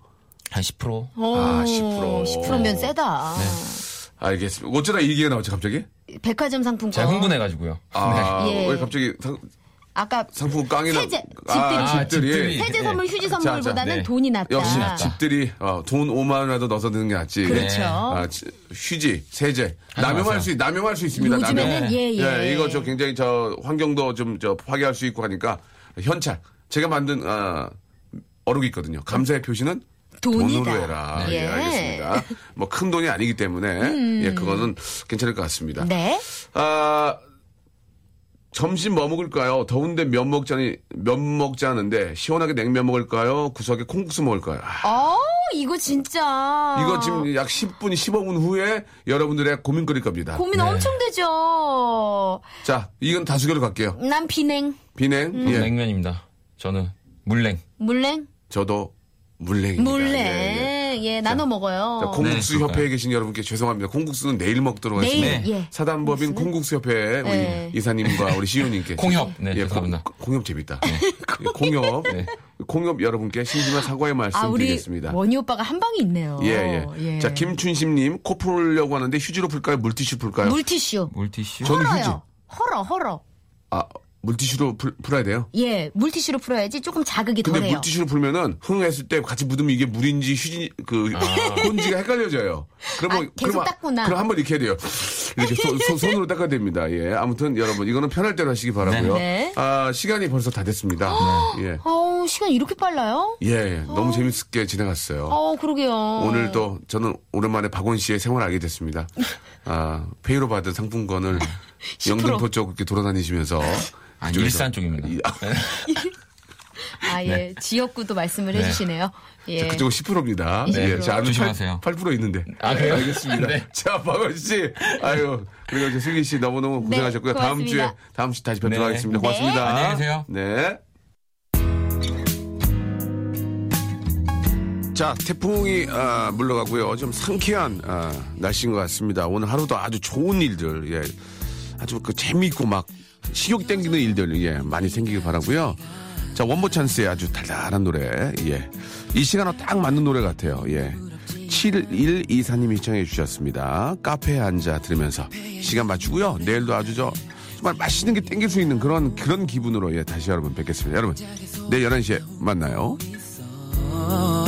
D: 한 10%.
C: 오,
A: 아, 10%.
C: 10%면 세다.
D: 네.
A: 알겠습니다. 어쩌다 이 얘기가 나왔죠 갑자기?
C: 백화점 상품권.
D: 제가 흥분해가지고.
A: 아,
C: 네. 예.
A: 왜 갑자기 상,
C: 아까
A: 상품 깡이나
C: 세제,
A: 아,
D: 집들이.
A: 집들이.
D: 세-
C: 세제
D: 예.
C: 선물, 휴지 선물보다는
D: 네.
C: 돈이 낫다. 아.
A: 역시
D: 낫다.
A: 집들이 어, 돈 5만 원이라도 넣어서 드는 게 낫지.
C: 그렇죠.
A: 아, 지- 휴지, 세제.
D: 하지
A: 남용할
D: 마세요.
A: 수, 있- 남용할 수 있습니다.
C: 요즘에는
A: 남용.
C: 예, 예.
A: 이거 저 굉장히 저 환경도 좀 저 파괴할 수 있고 하니까 현찰. 제가 만든 아, 어록이 있거든요. 감사의 표시는
C: 돈이다.
A: 돈으로 해라. 예,
C: 예. 음.
A: 알겠습니다. 뭐 큰 돈이 아니기 때문에 예, 그거는 괜찮을 것 같습니다.
C: 네.
A: 아, 점심 뭐 먹을까요? 더운데 면 먹자니 면 먹자는데 시원하게 냉면 먹을까요? 구수하게 콩국수 먹을까요? 아,
C: 어, 이거 진짜.
A: 이거 지금 약 10분, 15분 후에 여러분들의 고민거리 겁니다.
C: 고민 엄청 되죠.
A: 자, 이건 다수결로 갈게요.
C: 난 비냉,
A: 비냉,
C: 음.
A: 예,
D: 냉면입니다. 네. 저는 물냉.
C: 물냉,
A: 저도 물냉입니다.
C: 물냉.
A: 예, 예.
C: 예, 나눠 먹어요.
A: 자, 콩국수
D: 네,
A: 협회에 계신 여러분께 죄송합니다. 콩국수는 내일 먹도록
C: 내일,
A: 하겠습니다.
C: 예.
A: 사단법인 콩국수 협회 우리
C: 네.
A: 이사님과 우리 시우님께
D: 콩협. 네, 죄송합니다.
A: 예, 콩- 콩협 재밌다.
C: 네.
A: 콩협
D: 네.
A: 콩협 여러분께 신심한 사과의 말씀
C: 아, 우리 어,
A: 드리겠습니다.
C: 원희 오빠가 한 방이 있네요.
A: 예, 예. 자, 김춘심님, 코 풀려고 하는데 휴지로 풀까요? 물티슈 풀까요?
C: 물티슈.
D: 물티슈.
A: 저는 휴지.
C: 헐어요. 헐어, 헐어.
A: 아, 물티슈로 풀, 풀어야 돼요?
C: 예, 물티슈로 풀어야지 조금 자극이
A: 근데
C: 덜해요.
A: 물티슈로 풀면은 흥 했을 때 같이 묻으면 이게 물인지 휴지, 그, 혼지가 헷갈려져요. 그러면,
C: 아, 계속 닦구나.
A: 그럼 한번 이렇게 해야 돼요. 이렇게 손- 손- 손으로 닦아야 됩니다. 예. 아무튼 여러분, 이거는 편할 대로 하시기 바라고요
C: 네.
A: 아, 시간이 벌써 다 됐습니다. 예.
C: 어우, 시간 이렇게 빨라요?
A: 예. 너무 재밌게 지나갔어요.
C: 어, 그러게요.
A: 예. 오늘 또 저는 오랜만에 박원 씨의 생활을 알게
C: [LAUGHS]
A: 됐습니다. 아, 페이로 받은 상품권을 영등포 쪽 이렇게 돌아다니시면서
D: 아,
A: 그쪽에서-
D: 일산 쪽입니다.
A: 이-
C: 아, 예. 지역구도 말씀을 해주시네요. [LAUGHS] 예.
A: 네. 자, 그쪽은 10%입니다. 예,
C: 네.
A: 자, 아는
D: 조심하세요.
A: 8, 8% 있는데. [LAUGHS]
D: 아, 그래요?
A: 예, 알겠습니다.
D: [LAUGHS] 네.
A: 자, 박원 씨. 아유, 그리고 이제 슬기 씨 너무너무
C: 네,
A: 고생하셨고요. 다음 주에,
C: 고맙습니다.
A: 다음 주에 다시 뵙도록
D: 네.
A: 하겠습니다.
C: 네.
A: 고맙습니다.
D: 안녕히 계세요.
A: 네. 자, 태풍이 아, 물러가고요. 좀 상쾌한 아, 날씨인 것 같습니다. 오늘 하루도 아주 좋은 일들, 예. 아주 그 재미있고 막 식욕 땡기는 일들, 예. 많이 생기길 바라고요. 자, 원보 찬스의 아주 달달한 노래, 예. 이 시간에 딱 맞는 노래 같아요, 예. 7124님이 시청해 주셨습니다. 카페에 앉아 들으면서 시간 맞추고요. 내일도 아주 저 정말 맛있는 게 땡길 수 있는 그런 그런 기분으로 예 다시 여러분 뵙겠습니다. 여러분 내일 11시에 만나요.
E: Oh